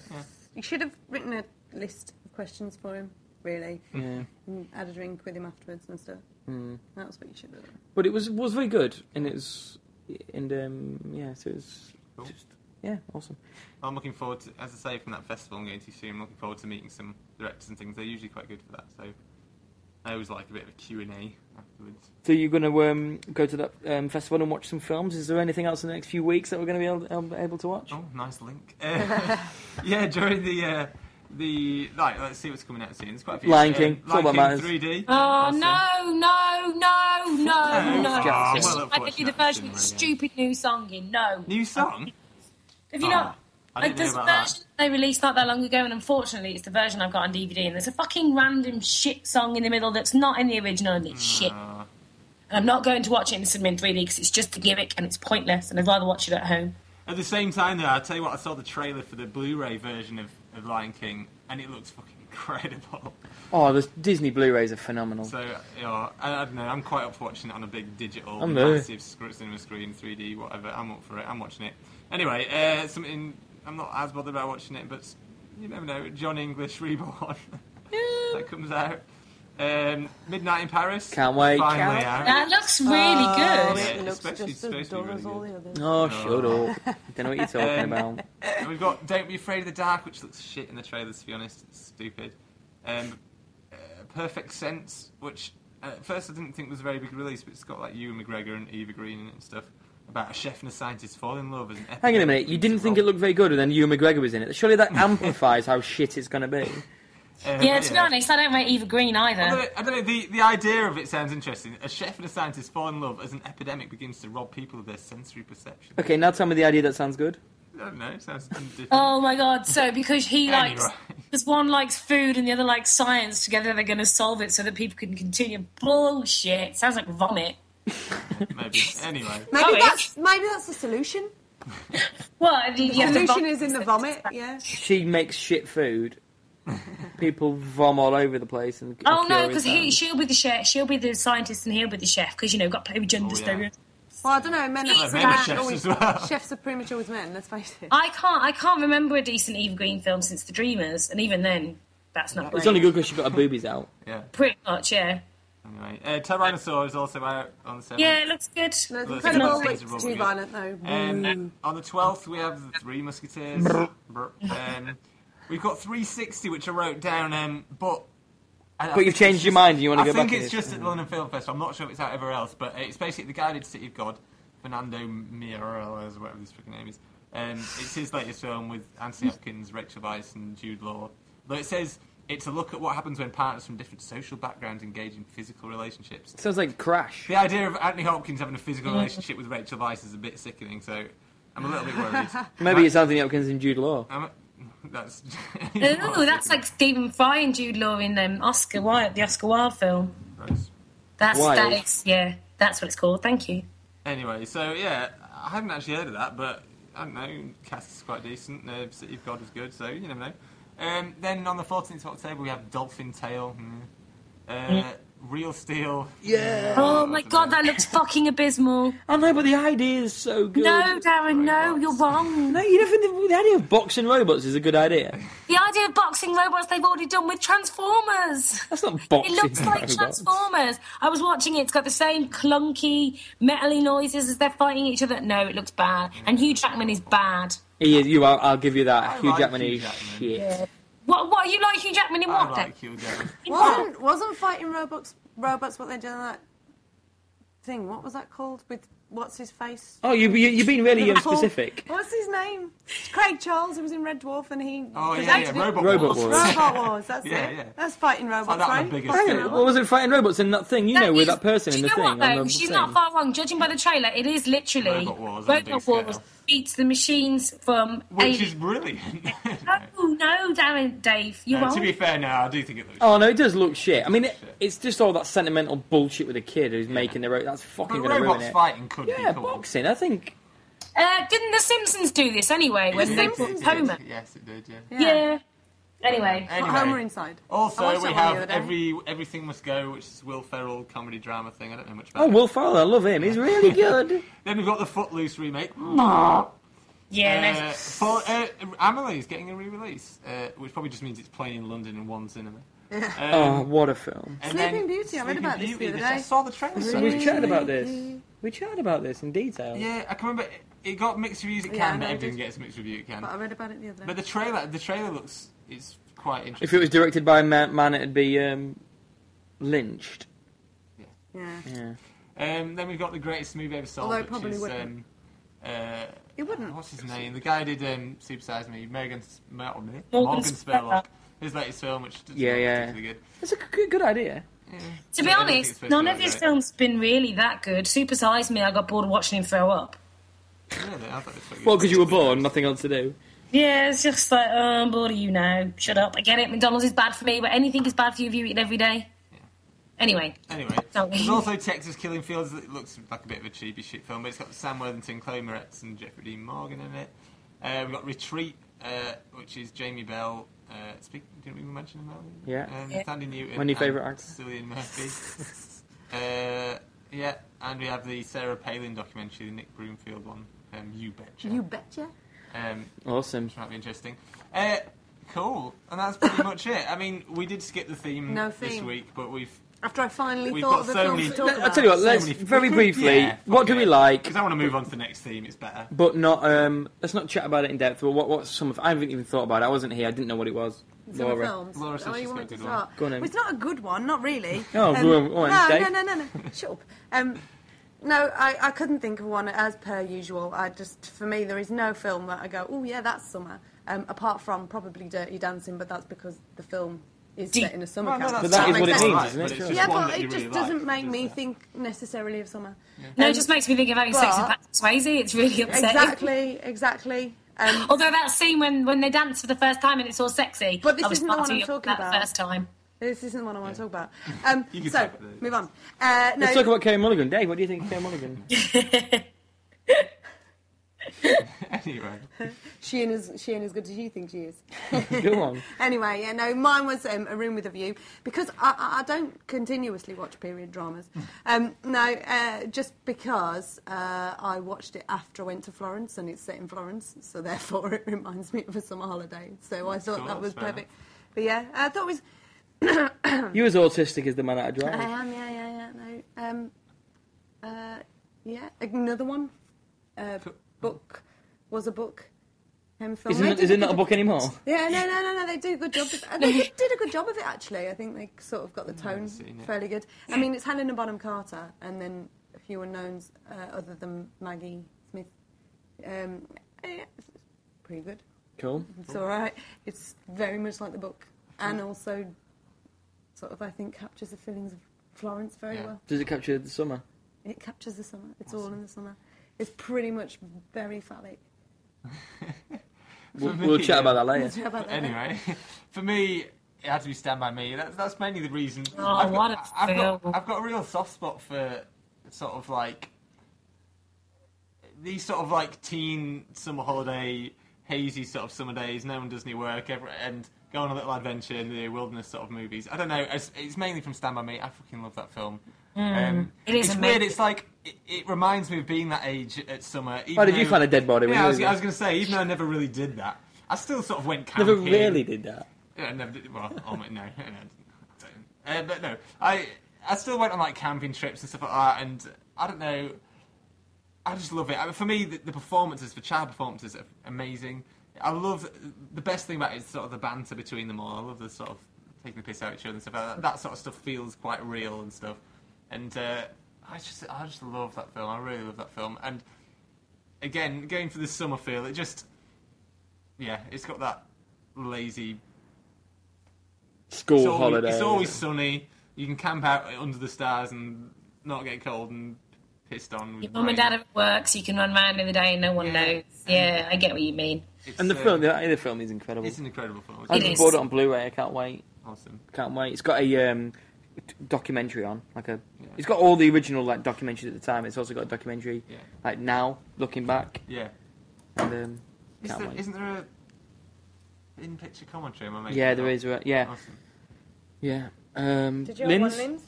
Speaker 5: you should have written a list of questions for him, really,
Speaker 3: Yeah. hmm.
Speaker 5: and had a drink with him afterwards and stuff. That's what you should have done.
Speaker 3: but it was was very good, and it was, and um, yeah, so it was,
Speaker 2: Cool.
Speaker 3: just, yeah, awesome.
Speaker 2: I'm looking forward to, as I say, from that festival I'm going to soon. I'm looking forward to meeting some directors and things. They're usually quite good for that. So I always like a bit of a Q and A afterwards.
Speaker 3: So you're going to um, go to that um, festival and watch some films. Is there anything else in the next few weeks that we're going to be able, able to watch?
Speaker 2: Oh, nice link. <laughs> Uh, yeah, during the uh, the right, let's see what's coming out soon. There's quite a few.
Speaker 3: Lion
Speaker 2: uh,
Speaker 3: King. It's all
Speaker 2: Lion
Speaker 3: that
Speaker 2: King
Speaker 3: matters.
Speaker 2: 3D.
Speaker 6: Oh no, no, no, no, no!
Speaker 3: Jack.
Speaker 6: This-
Speaker 2: Well,
Speaker 6: I could do the version with the
Speaker 2: unfortunately,
Speaker 6: stupid new song in. No,
Speaker 2: New song.
Speaker 6: have you
Speaker 2: Oh,
Speaker 6: not?
Speaker 2: I
Speaker 6: Like
Speaker 2: didn't
Speaker 6: there's
Speaker 2: know
Speaker 6: a
Speaker 2: about
Speaker 6: version
Speaker 2: that.
Speaker 6: they released not that long ago, and unfortunately, it's the version I've got on DVD. And there's a fucking random shit song in the middle that's not in the original, and it's shit. And
Speaker 2: Uh,
Speaker 6: I'm not going to watch it in cinema in 3D because it's just a gimmick and it's pointless, and I'd rather watch it at home.
Speaker 2: at the same time, though, I will tell you what, I saw the trailer for the Blu-ray version of, of Lion King, and it looks fucking incredible. <laughs>
Speaker 3: Oh, the Disney Blu-rays are phenomenal.
Speaker 2: So, you know, I, I don't know. I'm quite up for watching it on a big digital,
Speaker 3: I'm there.
Speaker 2: massive sc- cinema screen, 3D, whatever. I'm up for it. I'm watching it. Anyway, uh, something I'm not as bothered about watching it, but you never know. John English Reborn <laughs> that comes out. Um, Midnight in Paris.
Speaker 3: Can't wait.
Speaker 2: Finally
Speaker 5: Can't
Speaker 2: out.
Speaker 6: That looks really
Speaker 5: Oh,
Speaker 6: good.
Speaker 2: yeah,
Speaker 5: it looks
Speaker 2: especially-
Speaker 5: just as
Speaker 2: especially
Speaker 5: dull as
Speaker 2: really
Speaker 5: all
Speaker 2: good.
Speaker 5: the others.
Speaker 3: Oh, shut up! don't know what you're
Speaker 2: Um,
Speaker 3: talking about.
Speaker 2: And we've got Don't Be Afraid of the Dark, which looks shit in the trailers, to be honest. It's stupid. Um, uh, Perfect Sense, which at first I didn't think it was a very big release, but it's got like Ewan McGregor and Eva Green in it and stuff about a chef and a scientist fall in love. As an
Speaker 3: Hang on a
Speaker 2: epidemic
Speaker 3: minute, you
Speaker 2: seems
Speaker 3: didn't
Speaker 2: to
Speaker 3: think
Speaker 2: roll-
Speaker 3: it looked very good, and then Ewan McGregor was in it. Surely <laughs> that amplifies how shit it's going to be.
Speaker 2: Uh,
Speaker 6: Yeah, to be honest, I don't rate Eva Green
Speaker 2: I don't,
Speaker 6: either.
Speaker 2: know, I don't know. The, the idea of it sounds interesting. A chef and a scientist fall in love as an epidemic begins to rob people of their sensory perception.
Speaker 3: Okay, now tell me the idea that sounds good.
Speaker 2: I don't know. It sounds different.
Speaker 6: Oh my god! So because he
Speaker 2: Anyway.
Speaker 6: likes, because one likes food and the other likes science, together they're going to solve it so that people can continue. Bullshit! Sounds like vomit.
Speaker 2: Maybe.
Speaker 6: <laughs>
Speaker 2: Anyway.
Speaker 6: Oh,
Speaker 5: Maybe
Speaker 6: yeah.
Speaker 5: that's maybe that's the solution.
Speaker 6: What? You
Speaker 5: The
Speaker 6: have to
Speaker 5: solution
Speaker 6: vom-
Speaker 5: is in the vomit. Yeah.
Speaker 3: She makes shit <laughs> food. People vom all over the place and.
Speaker 6: Oh
Speaker 3: and
Speaker 6: no,
Speaker 3: cure
Speaker 6: because
Speaker 2: um,
Speaker 3: it.
Speaker 6: she'll be the chef. She'll be the scientist, and he'll be the chef. Because you know, got plenty of gender
Speaker 2: Oh, yeah.
Speaker 6: stereotypes.
Speaker 5: Well, I don't know. Men are
Speaker 6: He's
Speaker 5: pretty
Speaker 6: a
Speaker 5: much
Speaker 2: chef
Speaker 5: always-
Speaker 2: as well.
Speaker 5: <laughs> Chefs are pretty much always men. Let's face it.
Speaker 6: I can't. I can't remember a decent Eva Green film since The Dreamers, and even then, that's not
Speaker 3: It's
Speaker 6: great.
Speaker 3: only good because she got her boobies out.
Speaker 2: Yeah.
Speaker 6: Pretty much, yeah.
Speaker 2: Anyway. Uh, Tyrannosaur is also out on the 7th.
Speaker 6: Yeah, it looks good.
Speaker 5: No, it's
Speaker 2: Well, it's
Speaker 5: incredible.
Speaker 6: not
Speaker 5: but It's
Speaker 2: sensible,
Speaker 5: too
Speaker 2: yeah.
Speaker 5: violent though. Mm.
Speaker 2: Um, on the 12th, we have the Three Musketeers. Brr. um, we've got 360, which I wrote down, um, but. I- I
Speaker 3: But
Speaker 2: think
Speaker 3: you've changed
Speaker 2: it's
Speaker 3: your
Speaker 2: just-
Speaker 3: mind and you wanna
Speaker 2: I
Speaker 3: go back
Speaker 2: think
Speaker 3: to
Speaker 2: it's
Speaker 3: this.
Speaker 2: just at the London Film Festival. I'm not sure if it's out everywhere else, but it's basically the Guided City of God, Fernando Mireles, or whatever his freaking name is. Um, it's his latest film with Anthony Hopkins, Rachel Weisz, and Jude Law. Though it says it's a look at what happens when partners from different social backgrounds engage in physical relationships.
Speaker 3: Sounds like Crash.
Speaker 2: The idea of Anthony Hopkins having a physical relationship with Rachel Weisz is a bit sickening, so I'm a little bit
Speaker 6: <laughs>
Speaker 2: worried.
Speaker 3: Maybe it's Anthony Hopkins and Jude Law.
Speaker 2: I'm a- that's. <laughs>
Speaker 6: Ooh, Oh, that's like Stephen Fry and Jude Law in um, Oscar Wilde, the Oscar Wilde film.
Speaker 2: Gross.
Speaker 6: That's
Speaker 3: Wilde.
Speaker 6: that is, yeah, that's what it's called. Thank you.
Speaker 2: Anyway, so yeah, I haven't actually heard of that, but I don't know. Cast is quite decent. The City of God is good, so you never know. Um, then on the 14th of October, we have Dolphin Tale, mm. uh, Real Steel. Yeah.
Speaker 6: Hmm. Oh my god,
Speaker 3: <laughs>
Speaker 6: that looks fucking abysmal.
Speaker 3: I know, but the idea is so good.
Speaker 6: No, Darren, no,
Speaker 2: Robots.
Speaker 6: you're wrong.
Speaker 3: No, you don't think the, the idea of boxing robots is a good idea?
Speaker 6: The idea of boxing robots they've already done with Transformers.
Speaker 3: That's not boxing
Speaker 6: It looks like
Speaker 3: robots.
Speaker 6: Transformers. I was watching it. It's got the same clunky, metally noises as they're fighting each other. No, it looks bad. And Hugh Jackman is bad.
Speaker 3: He is, you, I'll, I'll give you that. Hugh
Speaker 2: like
Speaker 3: Jackman
Speaker 2: Hugh
Speaker 3: is
Speaker 2: Jackman.
Speaker 3: shit.
Speaker 6: What? What? You like Hugh Jackman in
Speaker 2: I
Speaker 6: what? then?
Speaker 2: like you again.
Speaker 5: Wasn't wasn't fighting robots robots what they did in that thing? What was that called? With what's his face?
Speaker 3: Oh, you, you, you've been really
Speaker 5: Liverpool.
Speaker 3: specific.
Speaker 5: What's his name? Craig Charles. He was in Red Dwarf, and he.
Speaker 2: Oh yeah, yeah,
Speaker 5: presented it-
Speaker 2: Robot,
Speaker 3: Robot
Speaker 2: Wars.
Speaker 3: Wars.
Speaker 5: Robot Wars. That's
Speaker 2: Yeah,
Speaker 5: it.
Speaker 2: yeah.
Speaker 5: That's fighting robots,
Speaker 2: that's the
Speaker 5: right?
Speaker 2: biggest
Speaker 5: Fighting
Speaker 2: thing.
Speaker 3: Hang on, what was it fighting robots in that thing? You know, with
Speaker 6: he's-
Speaker 3: that person in
Speaker 6: do
Speaker 3: the
Speaker 6: you
Speaker 3: thing.
Speaker 6: know
Speaker 3: on
Speaker 6: What, though?
Speaker 3: the
Speaker 6: She's
Speaker 3: thing.
Speaker 6: not far wrong. Judging by the trailer, it is literally
Speaker 2: Robot Wars on a big
Speaker 6: Robot
Speaker 2: scale.
Speaker 6: Wars beats the machines from
Speaker 2: <laughs> Which
Speaker 6: Alien.
Speaker 2: is brilliant. <laughs>
Speaker 6: Oh no, Darren, Dave, you're
Speaker 2: Uh,
Speaker 6: wrong.
Speaker 2: to be fair, no, I do think it looks.
Speaker 3: Oh no, it does look shit. I mean, it,
Speaker 2: Shit.
Speaker 3: it's just all that sentimental bullshit with a kid who's making the road. That's fucking
Speaker 2: But
Speaker 3: gonna ruin
Speaker 2: robots
Speaker 3: it.
Speaker 2: fighting could
Speaker 3: Yeah,
Speaker 2: be cool.
Speaker 3: boxing. I think
Speaker 6: Uh, didn't The Simpsons do this anyway? When they
Speaker 5: Simpsons
Speaker 6: brought
Speaker 5: did.
Speaker 6: Homer.
Speaker 2: Yes, it did. Yeah. Uh,
Speaker 5: Yeah.
Speaker 6: Yeah. Anyway,
Speaker 5: Got
Speaker 2: Anyway,
Speaker 5: Homer inside. I
Speaker 2: also
Speaker 5: watched
Speaker 2: we
Speaker 5: that one the other
Speaker 2: have
Speaker 5: day.
Speaker 2: every everything must go, which is Will Ferrell comedy drama thing. I don't know much about.
Speaker 3: Oh,
Speaker 2: it.
Speaker 3: Will Ferrell, I love him.
Speaker 2: <laughs>
Speaker 3: He's really good.
Speaker 2: Then we've got the Footloose remake.
Speaker 3: Hmm.
Speaker 2: Uh,
Speaker 6: yeah. no.
Speaker 2: for, uh, Amelie is getting a re-release, uh, which probably just means it's playing in London in one cinema. Um,
Speaker 3: oh, what a film.
Speaker 2: And
Speaker 5: Sleeping
Speaker 2: then
Speaker 5: Beauty, I read about this the other
Speaker 2: I
Speaker 5: day.
Speaker 2: saw the trailer.
Speaker 3: So we chatted about this. We chatted about this in detail.
Speaker 2: Yeah, I can remember it, it got mixed reviews at Cannes,
Speaker 5: Yeah, I
Speaker 2: but
Speaker 5: know it
Speaker 2: everything
Speaker 5: did.
Speaker 2: gets mixed review at Cannes.
Speaker 5: But I read about it the other day.
Speaker 2: But the trailer, the trailer looks is quite interesting.
Speaker 3: If it was directed by a man, man it'd be um, lynched.
Speaker 5: yeah.
Speaker 3: Yeah.
Speaker 2: Um, then we've got the greatest movie ever sold,
Speaker 5: Although it
Speaker 2: which
Speaker 5: probably
Speaker 2: is
Speaker 5: wouldn't.
Speaker 2: um, uh,
Speaker 5: It wouldn't.
Speaker 2: what's his name? The guy who did um, Super Size Me, Morgan S- Mer- Morgan, Morgan
Speaker 6: Morgan
Speaker 2: Spurlock. His latest film, which doesn't
Speaker 3: Yeah,
Speaker 2: look
Speaker 3: yeah.
Speaker 2: particularly good.
Speaker 3: It's a good, good idea.
Speaker 6: to be
Speaker 2: Yeah, I don't think it's
Speaker 6: honest,
Speaker 2: supposed to
Speaker 6: none
Speaker 2: be
Speaker 6: of his
Speaker 2: right.
Speaker 6: films been really that good. Super Size Me, I got bored of watching him throw up.
Speaker 2: Really, I thought it was pretty
Speaker 3: Well,
Speaker 2: good.
Speaker 3: because you were born, nothing else to do.
Speaker 6: Yeah, it's just like, oh, I'm bored of you now. Shut up. I get it. McDonald's is bad for me, but anything is bad for you if you eat it every day. Anyway,
Speaker 2: Anyway,
Speaker 6: Sorry.
Speaker 2: there's also Texas Killing Fields. It looks like a bit of a cheapy shit film, but it's got Sam Worthington, Chloe Moretz, and Jeffrey Dean Morgan in it. Uh, we've got Retreat, uh, which is Jamie Bell. Uh, speak, didn't we mention him earlier?
Speaker 3: Yeah.
Speaker 2: Um,
Speaker 6: Yeah.
Speaker 2: Sandy Newton.
Speaker 3: My new
Speaker 2: and
Speaker 3: favourite actor.
Speaker 2: Cillian Murphy. uh, yeah, and we have the Sarah Palin documentary, the Nick Broomfield one. Um, you betcha.
Speaker 5: You betcha.
Speaker 2: um,
Speaker 3: Awesome.
Speaker 2: which might be interesting. Uh, cool, and that's
Speaker 5: <coughs>
Speaker 2: pretty much it. I mean, we did skip the theme
Speaker 5: No
Speaker 2: this
Speaker 5: theme.
Speaker 2: week, but we've
Speaker 5: After I finally
Speaker 2: We've
Speaker 5: thought
Speaker 2: got
Speaker 5: of the
Speaker 2: so
Speaker 5: film
Speaker 2: many-
Speaker 5: to talk
Speaker 3: I'll
Speaker 5: about.
Speaker 3: tell you what,
Speaker 2: so
Speaker 3: let's
Speaker 2: many-
Speaker 3: very briefly,
Speaker 2: Yeah,
Speaker 3: what do
Speaker 2: okay.
Speaker 3: we like,
Speaker 2: Because I want to move on to the next theme. It's better.
Speaker 3: but not, um, let's not chat about it in depth. Well, what, what's some of, I haven't even thought about it. I wasn't here, I didn't know what it was.
Speaker 5: summer
Speaker 3: Laura.
Speaker 5: films.
Speaker 2: Laura says
Speaker 5: Oh, you
Speaker 2: she's
Speaker 5: want me
Speaker 2: got a
Speaker 5: to
Speaker 2: good
Speaker 5: start?
Speaker 2: one.
Speaker 3: Go on then.
Speaker 5: Well, it's not a good one, not really.
Speaker 3: <laughs>
Speaker 5: Um,
Speaker 3: Oh, go on- go on,
Speaker 5: no,
Speaker 3: Dave.
Speaker 5: no, no, no, no. <laughs> Shut up. Um, no, I, I couldn't think of one as per usual. I just, for me, there is no film that I go, oh yeah, that's summer. Um, apart from probably Dirty Dancing, but that's because the film is
Speaker 6: Deep.
Speaker 5: set in a summer
Speaker 2: Well, no, that's-
Speaker 3: But
Speaker 5: camp.
Speaker 3: that
Speaker 5: Does
Speaker 3: is what
Speaker 5: make
Speaker 3: it
Speaker 5: sense?
Speaker 3: means,
Speaker 2: But
Speaker 3: isn't it?
Speaker 2: it's
Speaker 3: Sure.
Speaker 2: just
Speaker 5: Yeah,
Speaker 2: one that
Speaker 5: but
Speaker 2: you
Speaker 5: it just
Speaker 2: really like,
Speaker 5: doesn't make
Speaker 2: doesn't
Speaker 5: me
Speaker 2: it?
Speaker 5: think necessarily of summer.
Speaker 6: No, it just makes me think of having sex with
Speaker 5: but-
Speaker 6: Patrick Swayze. It's really upsetting.
Speaker 5: Exactly, exactly.
Speaker 3: <laughs>
Speaker 5: Um,
Speaker 3: Oh.
Speaker 6: Although that scene when, when they dance for the first time and it's all sexy.
Speaker 5: But this
Speaker 6: I was
Speaker 5: isn't the
Speaker 6: far
Speaker 5: one
Speaker 6: too
Speaker 5: I'm
Speaker 6: young for
Speaker 5: talking
Speaker 6: that
Speaker 5: about.
Speaker 6: First time.
Speaker 5: This isn't the one I want to
Speaker 2: <laughs>
Speaker 5: talk about. Um,
Speaker 2: You can
Speaker 5: so
Speaker 2: talk about it.
Speaker 5: move on. Uh, no,
Speaker 3: Let's talk about Kerry Mulligan. Dave, what do you think of Kerry Mulligan?
Speaker 2: <laughs> anyway,
Speaker 5: she ain't as she ain't as good as you think she is.
Speaker 3: Go on.
Speaker 5: Anyway, yeah, no, mine was um, a room with a view because I, I, I don't continuously watch period dramas.
Speaker 3: Hmm.
Speaker 5: Um, no, uh, just because uh, I watched it after I went to Florence and it's set in Florence, so therefore <laughs> it reminds me of a summer holiday. So I thought
Speaker 2: Sure,
Speaker 5: that was
Speaker 2: that's fair
Speaker 5: perfect. But yeah, I thought it was.
Speaker 3: You as autistic as the man out of
Speaker 5: I
Speaker 3: drive.
Speaker 5: am, yeah, yeah, yeah. No, um, uh, yeah, another one. Uh, book was a book. Um, film.
Speaker 3: Isn't
Speaker 5: They
Speaker 3: it,
Speaker 5: did
Speaker 3: is
Speaker 5: a
Speaker 3: it not
Speaker 5: good
Speaker 3: a book anymore?
Speaker 5: yeah, no, no, no, no. They do a good job. Of,
Speaker 2: <laughs>
Speaker 5: and they did- did a good job of it actually. I think they sort of got the tone
Speaker 2: seen it.
Speaker 5: fairly good. I mean, it's Helena Bonham Carter, and then a few unknowns uh, other than Maggie Smith. Um, yeah, it's pretty good.
Speaker 3: Cool.
Speaker 5: It's all right. It's very much like the book, and also sort of I think captures the feelings of Florence very
Speaker 2: Yeah.
Speaker 5: well.
Speaker 3: Does it capture the summer?
Speaker 5: It captures the summer. It's all in the summer. It's pretty much very phallic.
Speaker 3: We'll,
Speaker 2: <laughs> me,
Speaker 3: we'll chat
Speaker 2: yeah.
Speaker 3: about that later.
Speaker 5: How about that?
Speaker 2: anyway, <laughs> for me, it had to be Stand By Me. That's, that's mainly the reason.
Speaker 6: Oh,
Speaker 2: I've,
Speaker 6: what
Speaker 2: got,
Speaker 6: a
Speaker 2: I've, got,
Speaker 6: film.
Speaker 2: I've got a real soft spot for sort of like these sort of like teen summer holiday, hazy sort of summer days. No one does any work, every, and go on a little adventure in the wilderness sort of movies. I don't know. It's, it's mainly from Stand by Me. I fucking love that film. um,
Speaker 6: Hmm. it is
Speaker 2: it's
Speaker 6: amazing.
Speaker 2: weird. It's like it, it reminds me of being that age at summer. Even
Speaker 3: Why did you
Speaker 2: though-
Speaker 3: find a dead body? when
Speaker 2: yeah,
Speaker 3: you
Speaker 2: I was,
Speaker 3: were-
Speaker 2: I was going to say, even though I never really did that, I still sort of went camping.
Speaker 3: never really did that.
Speaker 2: Yeah, I never did. Well, oh, my- no, <laughs> no, I don't. Uh, but no, I I still went on like camping trips and stuff like that, and I don't know. I just love it. I mean, for me, the, the performances, the child performances, are amazing. I love the best thing about it is sort of the banter between them all. I love the sort of taking the piss out of each other and stuff. That, that sort of stuff feels quite real and stuff. And uh, I just, I just love that film. I really love that film. And again, going for the summer feel, it just, yeah, it's got that lazy
Speaker 3: School
Speaker 2: it's always,
Speaker 3: holiday.
Speaker 2: It's always sunny. You can camp out under the stars and not get cold and pissed on. With
Speaker 6: Your mum and
Speaker 2: rain.
Speaker 6: dad are at work, so you can run around in the day and no one
Speaker 2: Yeah.
Speaker 6: knows. Yeah, I get what you mean.
Speaker 2: It's,
Speaker 3: and the
Speaker 2: uh,
Speaker 3: film, the, the film is incredible.
Speaker 2: It's an incredible film.
Speaker 3: I
Speaker 6: It
Speaker 3: just
Speaker 6: is.
Speaker 3: bought it on Blu-ray. I can't wait.
Speaker 2: Awesome.
Speaker 3: Can't wait. It's got a um, t- documentary on, like a.
Speaker 2: Yeah.
Speaker 3: It's got all the original like documentaries at the time. It's also got a documentary
Speaker 2: Yeah.
Speaker 3: like now, looking back.
Speaker 2: Yeah.
Speaker 3: And, um,
Speaker 2: Is
Speaker 3: can't
Speaker 2: there,
Speaker 3: wait.
Speaker 2: isn't there a in-picture commentary? Am I making
Speaker 3: yeah,
Speaker 2: that
Speaker 3: there
Speaker 2: up?
Speaker 3: is. uh, Yeah,
Speaker 2: Awesome.
Speaker 3: yeah. Um,
Speaker 5: Did you
Speaker 3: Lynn's?
Speaker 5: have one, Limbs?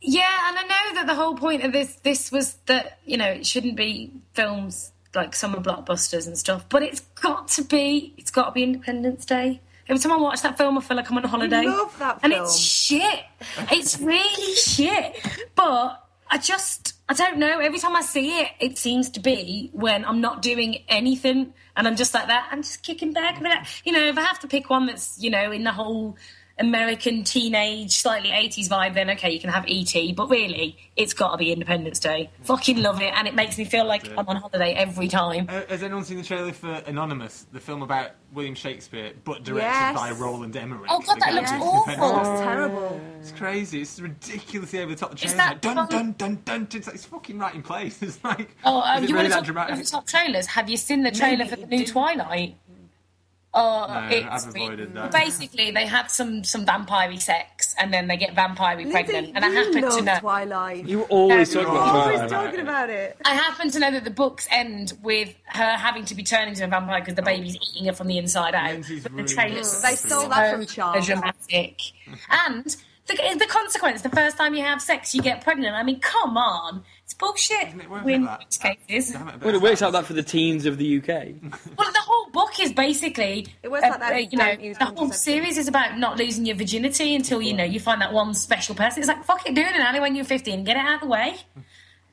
Speaker 6: Yeah, and I know that the whole point of this this was that you know it shouldn't be films like summer blockbusters and stuff, but it's got to be it's got to be Independence Day. Every time I watch that film, I feel like I'm on holiday.
Speaker 5: love that
Speaker 6: and
Speaker 5: film.
Speaker 6: it's shit. It's really shit. But I just I don't know. Every time I see it, it seems to be when I'm not doing anything, and I'm just like that. I'm just kicking back. But you know, if I have to pick one that's you know in the whole American teenage, slightly 80s vibe, then okay, you can have ET. But really, it's got to be Independence Day. Fucking love it, and it makes me feel like
Speaker 2: Yeah.
Speaker 6: I'm on holiday every time.
Speaker 2: Uh, has anyone seen the trailer for Anonymous, the film about William Shakespeare, but directed
Speaker 5: Yes.
Speaker 2: by Roland Emmerich?
Speaker 6: Oh, God,
Speaker 2: the
Speaker 6: that
Speaker 2: guy who
Speaker 6: looks
Speaker 2: did
Speaker 6: awful.
Speaker 2: Independence Day?
Speaker 5: That's terrible.
Speaker 2: It's crazy. It's ridiculously over the top. The trailer's
Speaker 6: that
Speaker 2: like dun
Speaker 6: from-
Speaker 2: dun dun dun. It's, like, it's fucking right in place. <laughs> It's like
Speaker 6: Oh,
Speaker 2: is
Speaker 6: um,
Speaker 2: it
Speaker 6: you
Speaker 2: really
Speaker 6: want to
Speaker 2: that
Speaker 6: talk about
Speaker 2: dramatic?
Speaker 6: the top trailers? Have you seen the trailer
Speaker 5: Maybe
Speaker 6: for the
Speaker 5: it
Speaker 6: new
Speaker 5: didn't.
Speaker 6: Twilight? Oh,
Speaker 2: No,
Speaker 6: it's
Speaker 2: I've avoided that.
Speaker 6: Basically, they have some some vampire sex, and then they get vampire pregnant.
Speaker 5: Lindsay,
Speaker 6: and I
Speaker 5: you
Speaker 6: happen
Speaker 5: love
Speaker 6: to know,
Speaker 5: Twilight.
Speaker 3: You always talk
Speaker 6: Yeah,
Speaker 2: you
Speaker 3: about
Speaker 2: always
Speaker 5: Always
Speaker 3: Twilight.
Speaker 2: talk-
Speaker 5: talking about it.
Speaker 6: I happen to know that the books end with her having to be turned into a vampire because the baby's eating her from the inside out.
Speaker 2: Lindsay's
Speaker 6: But
Speaker 2: Oh. really
Speaker 6: the trailers,
Speaker 5: They stole that from
Speaker 6: are
Speaker 5: Charles.
Speaker 6: dramatic, and the, the consequence: the first time you have sex, you get pregnant. I mean, come on, it's bullshit.
Speaker 2: Isn't it worth
Speaker 6: In
Speaker 2: it, that?
Speaker 6: most cases,
Speaker 2: Damn it, but
Speaker 3: Well, it works out
Speaker 2: that's-
Speaker 3: that for the teens of the UK.
Speaker 6: Well, the whole book is basically uh,
Speaker 5: It works like that if
Speaker 6: you
Speaker 5: you
Speaker 6: know,
Speaker 5: don't use
Speaker 6: the whole
Speaker 5: contraception.
Speaker 6: series is about not losing your virginity until you know you find that one special person. It's like fuck it, do it now when you're 15, get it out of the way.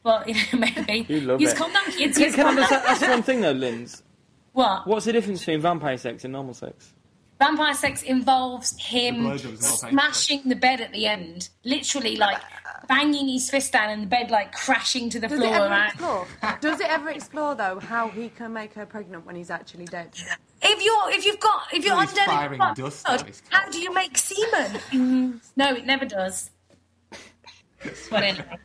Speaker 6: Well, <laughs> you know, maybe
Speaker 3: <laughs> You love
Speaker 6: use
Speaker 3: it.
Speaker 6: condom, kids.
Speaker 3: Can,
Speaker 6: Use
Speaker 3: can I
Speaker 6: condom.
Speaker 3: just ask one thing though, Linz?
Speaker 6: What?
Speaker 3: What's the difference between vampire sex and normal sex?
Speaker 6: Vampire Sex involves
Speaker 2: The
Speaker 6: him
Speaker 2: blowjob's more painful.
Speaker 6: smashing the bed at the end, literally like banging his fist down and the bed like crashing to the
Speaker 5: Does
Speaker 6: floor.
Speaker 5: it ever
Speaker 6: right?
Speaker 5: explore? Does it ever explore though how he can make her pregnant when he's actually dead?
Speaker 6: If you're if you've got if you're
Speaker 2: Well, he's
Speaker 6: undead,
Speaker 2: firing
Speaker 6: and you've
Speaker 2: dust
Speaker 6: got
Speaker 2: out his
Speaker 6: how
Speaker 2: cock.
Speaker 6: do you make semen? Mm, <laughs> no, it never does. <laughs> But anyway,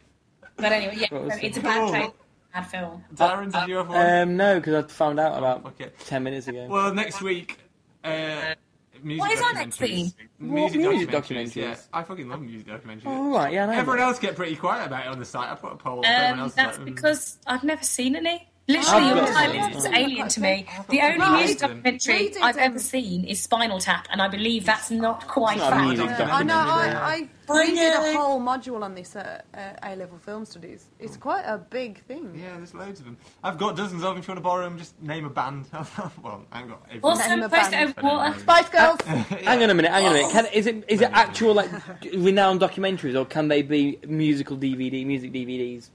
Speaker 6: but anyway, yeah,
Speaker 3: was
Speaker 6: it's a
Speaker 3: the-
Speaker 6: bad,
Speaker 2: Oh.
Speaker 6: film. bad film.
Speaker 2: Darren, did you have one?
Speaker 3: Um, no, because I found out about
Speaker 2: Fuck it.
Speaker 3: ten minutes ago.
Speaker 2: Well, next week. Uh, music
Speaker 6: What is our next
Speaker 2: documentaries.
Speaker 3: What music documentaries?
Speaker 2: Yeah, I fucking love music documentaries.
Speaker 3: oh, right, yeah, I know.
Speaker 2: Everyone
Speaker 3: that.
Speaker 2: else get pretty quiet about it on the site. I put a poll. up, everyone
Speaker 6: Um,
Speaker 2: else
Speaker 6: that's
Speaker 2: is like, mm.
Speaker 6: because I've never seen any. Literally, your
Speaker 3: got
Speaker 6: entire
Speaker 3: some.
Speaker 6: list is
Speaker 5: I've
Speaker 6: alien
Speaker 5: got
Speaker 6: to
Speaker 5: some.
Speaker 6: me.
Speaker 5: I've
Speaker 6: The
Speaker 2: got
Speaker 6: only
Speaker 2: some.
Speaker 6: music
Speaker 2: Read them.
Speaker 6: documentary
Speaker 5: Read them.
Speaker 6: I've ever seen is Spinal Tap, and I believe that's not quite
Speaker 3: not
Speaker 6: fact.
Speaker 3: music.
Speaker 5: I know. I, I we
Speaker 6: Bring
Speaker 5: did
Speaker 6: it.
Speaker 5: a whole module on this at uh, A level film studies. It's quite a big thing.
Speaker 2: Yeah, there's loads of them. I've got dozens of them. If you want to borrow them, just name a band. <laughs> well, I ain't got. every- <laughs>
Speaker 6: Also,
Speaker 5: Name a
Speaker 6: Post
Speaker 5: band.
Speaker 6: Over Water.
Speaker 5: Spice Girls.
Speaker 6: Uh,
Speaker 3: Hang on a minute, hang on a minute. Can, is it is it actual like renowned documentaries, or can they be musical DVD, music DVDs?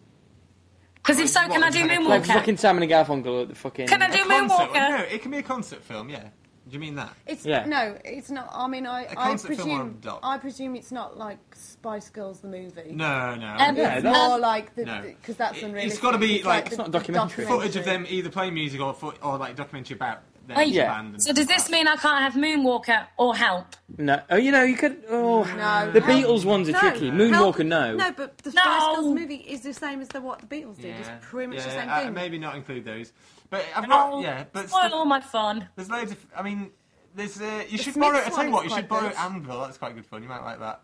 Speaker 6: Because if so, can I do
Speaker 3: Like
Speaker 6: Moonwalker?
Speaker 3: fucking Simon and Garfunkel at the fucking.
Speaker 6: Can I do
Speaker 2: A concert, no,
Speaker 6: Moonwalker?
Speaker 2: it can be a concert film. Yeah. Do you mean that?
Speaker 5: It's
Speaker 3: Yeah.
Speaker 5: no, it's not. I mean, I,
Speaker 2: A
Speaker 5: I
Speaker 2: concert film or a
Speaker 5: presume
Speaker 2: doc?
Speaker 5: I presume it's not like Spice Girls the movie.
Speaker 2: No, no.
Speaker 6: Um,
Speaker 3: Yeah,
Speaker 5: it's
Speaker 3: that's-
Speaker 5: more like the
Speaker 2: No.
Speaker 5: because that's
Speaker 2: It- it's
Speaker 5: unrealistic.
Speaker 2: gotta be, like,
Speaker 5: the-
Speaker 2: it's
Speaker 3: not a
Speaker 5: the
Speaker 3: documentary.
Speaker 2: footage of them either playing music or fo- or like documentary about their
Speaker 6: Wait,
Speaker 3: Yeah.
Speaker 2: band. and
Speaker 6: Oh, So does
Speaker 2: stuff
Speaker 6: this
Speaker 2: like
Speaker 6: mean I can't have Moonwalker or Help?
Speaker 3: No. Oh, you know you could. Oh,
Speaker 5: No.
Speaker 3: the
Speaker 5: Help.
Speaker 3: Beatles ones are
Speaker 5: No.
Speaker 3: tricky.
Speaker 5: Help-
Speaker 3: Moonwalker, no.
Speaker 5: No, but the
Speaker 6: No.
Speaker 5: Spice Girls movie is the same as the what the Beatles
Speaker 2: that.
Speaker 5: did.
Speaker 2: Yeah.
Speaker 5: It's pretty much the
Speaker 2: Yeah,
Speaker 5: same
Speaker 2: uh,
Speaker 5: thing.
Speaker 2: Maybe not include those. But I've
Speaker 6: Oh,
Speaker 2: got yeah. But
Speaker 6: spoil
Speaker 2: stuff-
Speaker 6: all my fun.
Speaker 2: there's loads of. I mean, there's. Uh, you should
Speaker 5: Smiths
Speaker 2: borrow. I tell
Speaker 5: one
Speaker 2: you
Speaker 5: is
Speaker 2: what, you
Speaker 5: quite
Speaker 2: should borrow
Speaker 5: good.
Speaker 2: Anvil. That's quite good fun. You might like that.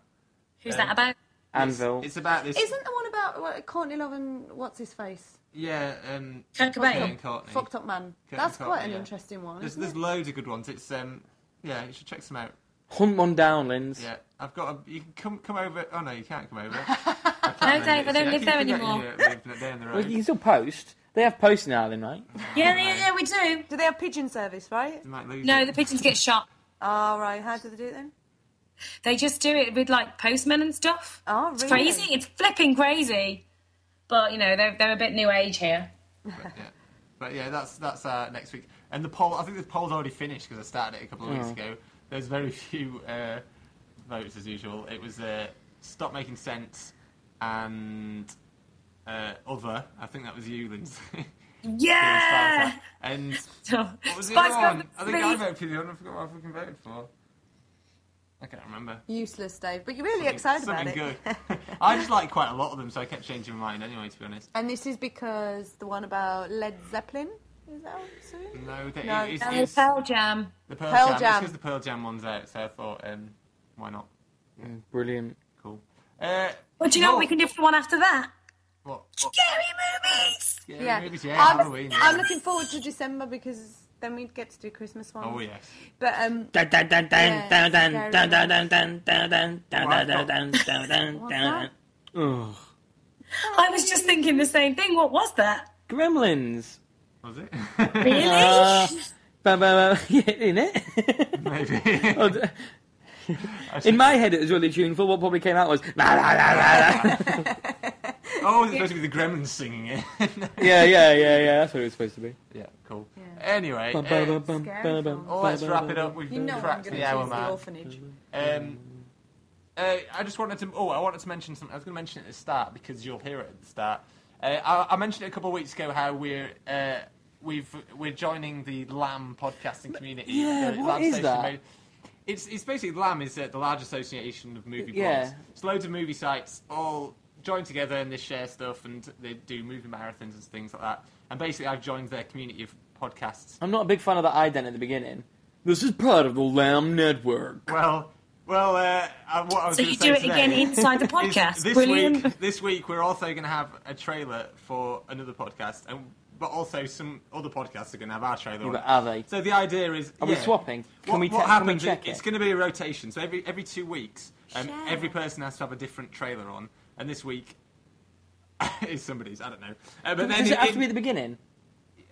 Speaker 6: Who's
Speaker 2: Um,
Speaker 6: that about?
Speaker 3: Anvil.
Speaker 2: It's about this.
Speaker 5: Isn't the one about what, Courtney Love and what's his face?
Speaker 2: Yeah. Um,
Speaker 6: Kurt
Speaker 2: Kurt and
Speaker 6: Cobain.
Speaker 2: Courtney.
Speaker 5: Fucked up man.
Speaker 2: Kurt
Speaker 5: That's
Speaker 2: and
Speaker 5: quite
Speaker 2: Courtney,
Speaker 5: an
Speaker 2: yeah.
Speaker 5: interesting one.
Speaker 2: There's,
Speaker 5: isn't
Speaker 2: there's
Speaker 5: it?
Speaker 2: loads of good ones. It's um, yeah, you should check some out.
Speaker 3: Hunt one down, Linz.
Speaker 2: Yeah, I've got. A, you can come come over. Oh no, you can't come over.
Speaker 6: <laughs> No, Dave, I don't live there anymore.
Speaker 3: <laughs> Well, you can still post. They have posts in Ireland, right?
Speaker 6: Yeah, yeah, yeah, we do.
Speaker 5: Do they have pigeon service, right?
Speaker 6: No, the pigeons get shot.
Speaker 5: All right. How do they do it then?
Speaker 6: They just do it with like postmen and stuff.
Speaker 5: Oh,
Speaker 6: It's
Speaker 5: really?
Speaker 6: crazy. It's flipping crazy. But you know, they're they're a bit new age here.
Speaker 2: But yeah, but yeah, that's that's uh, next week. And the poll, I think the poll's already finished because I started it a couple of weeks ago. There's very <laughs> few uh, votes as usual. It was uh, stop making sense and uh, other. I think that was you, Lindsay. <laughs>
Speaker 6: Yeah.
Speaker 2: and what was the
Speaker 6: <laughs> Spice
Speaker 2: other one?
Speaker 6: Girls
Speaker 2: I think I
Speaker 6: three.
Speaker 2: voted for the other one. I forgot what I fucking voted for. I can't remember.
Speaker 5: Useless, Dave. But you're really excited about
Speaker 2: Something
Speaker 5: it. <laughs>
Speaker 2: good. I just like quite a lot of them, so I kept changing my mind anyway. To be honest.
Speaker 5: And this is because the one about Led Zeppelin is out soon.
Speaker 2: No, the,
Speaker 5: No,
Speaker 2: it's,
Speaker 5: no,
Speaker 2: it's,
Speaker 6: Pearl Jam.
Speaker 2: The Pearl,
Speaker 5: Pearl
Speaker 2: Jam.
Speaker 5: Jam.
Speaker 2: because the Pearl Jam one's out, so I thought, um, why not?
Speaker 3: Mm, Brilliant.
Speaker 2: Cool. Uh,
Speaker 6: But do you know
Speaker 2: no.
Speaker 6: what we can do for the one after that?
Speaker 2: What?
Speaker 6: Scary movies.
Speaker 2: Yeah,
Speaker 5: Yeah,
Speaker 2: movies, yeah,
Speaker 5: I'm,
Speaker 2: Halloween. yeah.
Speaker 5: I'm looking forward to December because then we get to do Christmas ones.
Speaker 2: Oh yes.
Speaker 5: But um, <laughs>
Speaker 3: Dun, dun, dun, dun,
Speaker 5: Yeah,
Speaker 3: dun, dun,
Speaker 5: scary
Speaker 3: dun, dun, dun, dun, dun, dun, dun,
Speaker 2: What's
Speaker 3: dun,
Speaker 2: that?
Speaker 3: dun, dun, dun,
Speaker 5: What's
Speaker 3: dun.
Speaker 5: that?
Speaker 3: Ugh.
Speaker 6: I was just thinking the same thing. What was that?
Speaker 3: Gremlins.
Speaker 2: Was it?
Speaker 6: Really?
Speaker 2: <laughs>
Speaker 3: Uh, ba, ba, <laughs> ba, in it. <laughs>
Speaker 2: Maybe.
Speaker 3: Oh, d- in my head, it was really tuneful. What probably came out was <laughs> la la la la. la.
Speaker 2: <laughs> <laughs> oh, it's supposed to be the Gremlins singing it.
Speaker 3: yeah, yeah, yeah, yeah. That's what it was supposed to be.
Speaker 2: <laughs> yeah, cool.
Speaker 5: Yeah.
Speaker 2: Anyway,
Speaker 3: Ba, ba, ba,
Speaker 2: uh,
Speaker 3: ba,
Speaker 5: Scary
Speaker 3: ba, ba,
Speaker 5: film.
Speaker 3: ba,
Speaker 2: well, let's
Speaker 3: ba,
Speaker 2: wrap
Speaker 3: ba,
Speaker 2: it
Speaker 3: ba.
Speaker 2: up. We've
Speaker 5: you know I'm
Speaker 2: cracked
Speaker 5: going to
Speaker 2: the
Speaker 5: choose
Speaker 2: hour
Speaker 5: the
Speaker 2: mark.
Speaker 5: orphanage.
Speaker 2: Um, uh, I just wanted to. Oh, I wanted to mention something. I was going to mention it at the start because you'll hear it at the start. Uh, I, I mentioned it a couple of weeks ago how we're uh, we've we're joining the Lamb podcasting community.
Speaker 3: yeah,
Speaker 2: the
Speaker 3: what is
Speaker 2: Station
Speaker 3: that?
Speaker 2: Radio- It's it's basically Lamb is uh, the large association of movie blogs.
Speaker 3: Yeah.
Speaker 2: It's loads of movie sites all joined together and they share stuff and they do movie marathons and things like that. And basically, I've joined their community of podcasts.
Speaker 3: I'm not a big fan of the ident at the beginning. This is part of the Lamb Network.
Speaker 2: Well, well, uh, I- what I was
Speaker 6: So
Speaker 2: gonna
Speaker 6: you
Speaker 2: say
Speaker 6: do it
Speaker 2: today-
Speaker 6: again
Speaker 2: <laughs>
Speaker 6: inside the
Speaker 2: is
Speaker 6: podcast.
Speaker 2: This
Speaker 6: Brilliant.
Speaker 2: week, this week we're also going to have a trailer for another podcast, and but also some other podcasts are going to have our trailer. on
Speaker 3: but
Speaker 2: it.
Speaker 3: are they?
Speaker 2: So the idea is,
Speaker 3: Are we
Speaker 2: yeah.
Speaker 3: swapping? Can
Speaker 2: what,
Speaker 3: we
Speaker 2: what
Speaker 3: te- can we
Speaker 2: happens?
Speaker 3: check
Speaker 2: is it's
Speaker 3: it?
Speaker 2: going to be a rotation. So every every two weeks, um,
Speaker 5: Share.
Speaker 2: every person has to have a different trailer on, and this week. <laughs> is somebody's? I don't know. Uh, but then
Speaker 3: Does it
Speaker 2: it-
Speaker 3: have to be
Speaker 2: it-
Speaker 3: at the beginning?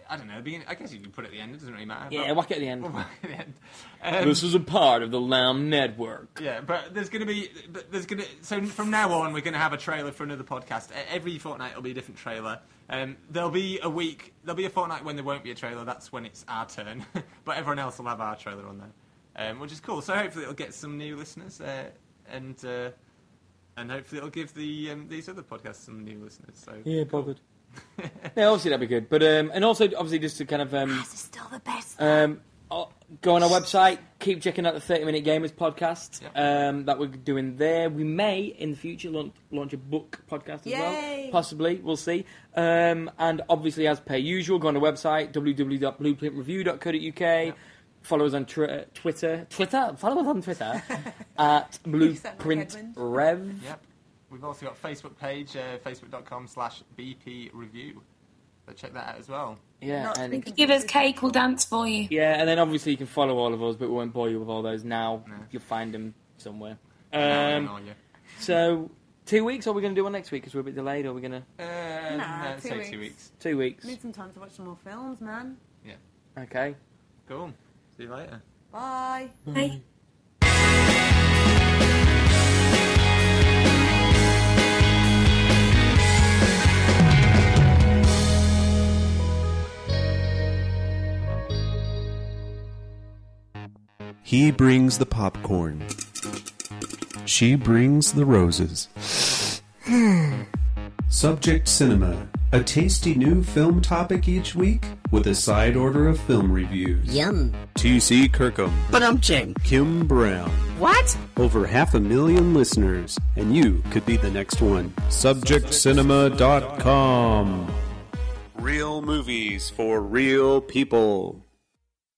Speaker 2: I don't know. beginning- I guess you can put it at the end. It doesn't really matter.
Speaker 3: Yeah,
Speaker 2: But-
Speaker 3: whack it at
Speaker 2: <laughs>
Speaker 3: the end.
Speaker 2: at the end. Um,
Speaker 3: This is a part of the Lamb Network.
Speaker 2: Yeah, but there's going to be but there's going to so from now on we're going to have a trailer for another podcast. E- Every fortnight it'll be a different trailer. Um, there'll be a <laughs> week, there'll be a fortnight when there won't be a trailer. That's when it's our turn, but everyone else will have our trailer on there. um, which is cool. So hopefully it'll get some new listeners, uh, and uh, and hopefully it'll give the um, these other podcasts some new listeners. So
Speaker 3: Yeah, bothered. <laughs> yeah, obviously that'd be good. But um, and also obviously just to kind of um,
Speaker 5: This is still the best.
Speaker 3: um, oh, go on our website, keep checking out the Thirty Minute Gamers podcast
Speaker 2: Yeah.
Speaker 3: um, that we're doing there. We may in the future launch, launch a book podcast as
Speaker 5: Yay.
Speaker 3: well, possibly. We'll see. Um, and obviously, as per usual, go on the website www.blueprintreview.co.uk. Follow us on tr- uh, Twitter. Twitter. Follow us on
Speaker 5: <laughs>
Speaker 3: Twitter at
Speaker 5: sound like
Speaker 3: Blueprint
Speaker 5: Edmund.
Speaker 3: Rev.
Speaker 2: Yep. We've also got Facebook page, uh, facebook.com slash BP Review. So check that out as well.
Speaker 3: Yeah,
Speaker 5: Not
Speaker 3: and
Speaker 5: thinking
Speaker 6: Give us cake, we'll dance for you.
Speaker 3: Yeah, and then obviously you can follow all of us, but we won't bore you with all those now. You'll find them somewhere. Um,
Speaker 2: Oh, yeah.
Speaker 3: so, two weeks, or are we going to do one next week? Because we're a bit delayed, or are we going to...
Speaker 2: Uh,
Speaker 5: Nah,
Speaker 2: no,
Speaker 5: two
Speaker 2: say
Speaker 5: weeks.
Speaker 2: two weeks.
Speaker 3: Two weeks.
Speaker 5: Need some time to watch some more films, man.
Speaker 3: Okay.
Speaker 2: Cool. See you later.
Speaker 5: Bye.
Speaker 6: Hey.
Speaker 7: He brings the popcorn. She brings the roses. <sighs> Subject Cinema, a tasty new film topic each week with a side order of film reviews.
Speaker 8: Yum.
Speaker 7: TC Kirkham,
Speaker 8: But I'm ching.
Speaker 7: Kim Brown.
Speaker 8: What?
Speaker 7: Over half a million listeners, and you could be the next one. SubjectCinema.com. Real movies for real people.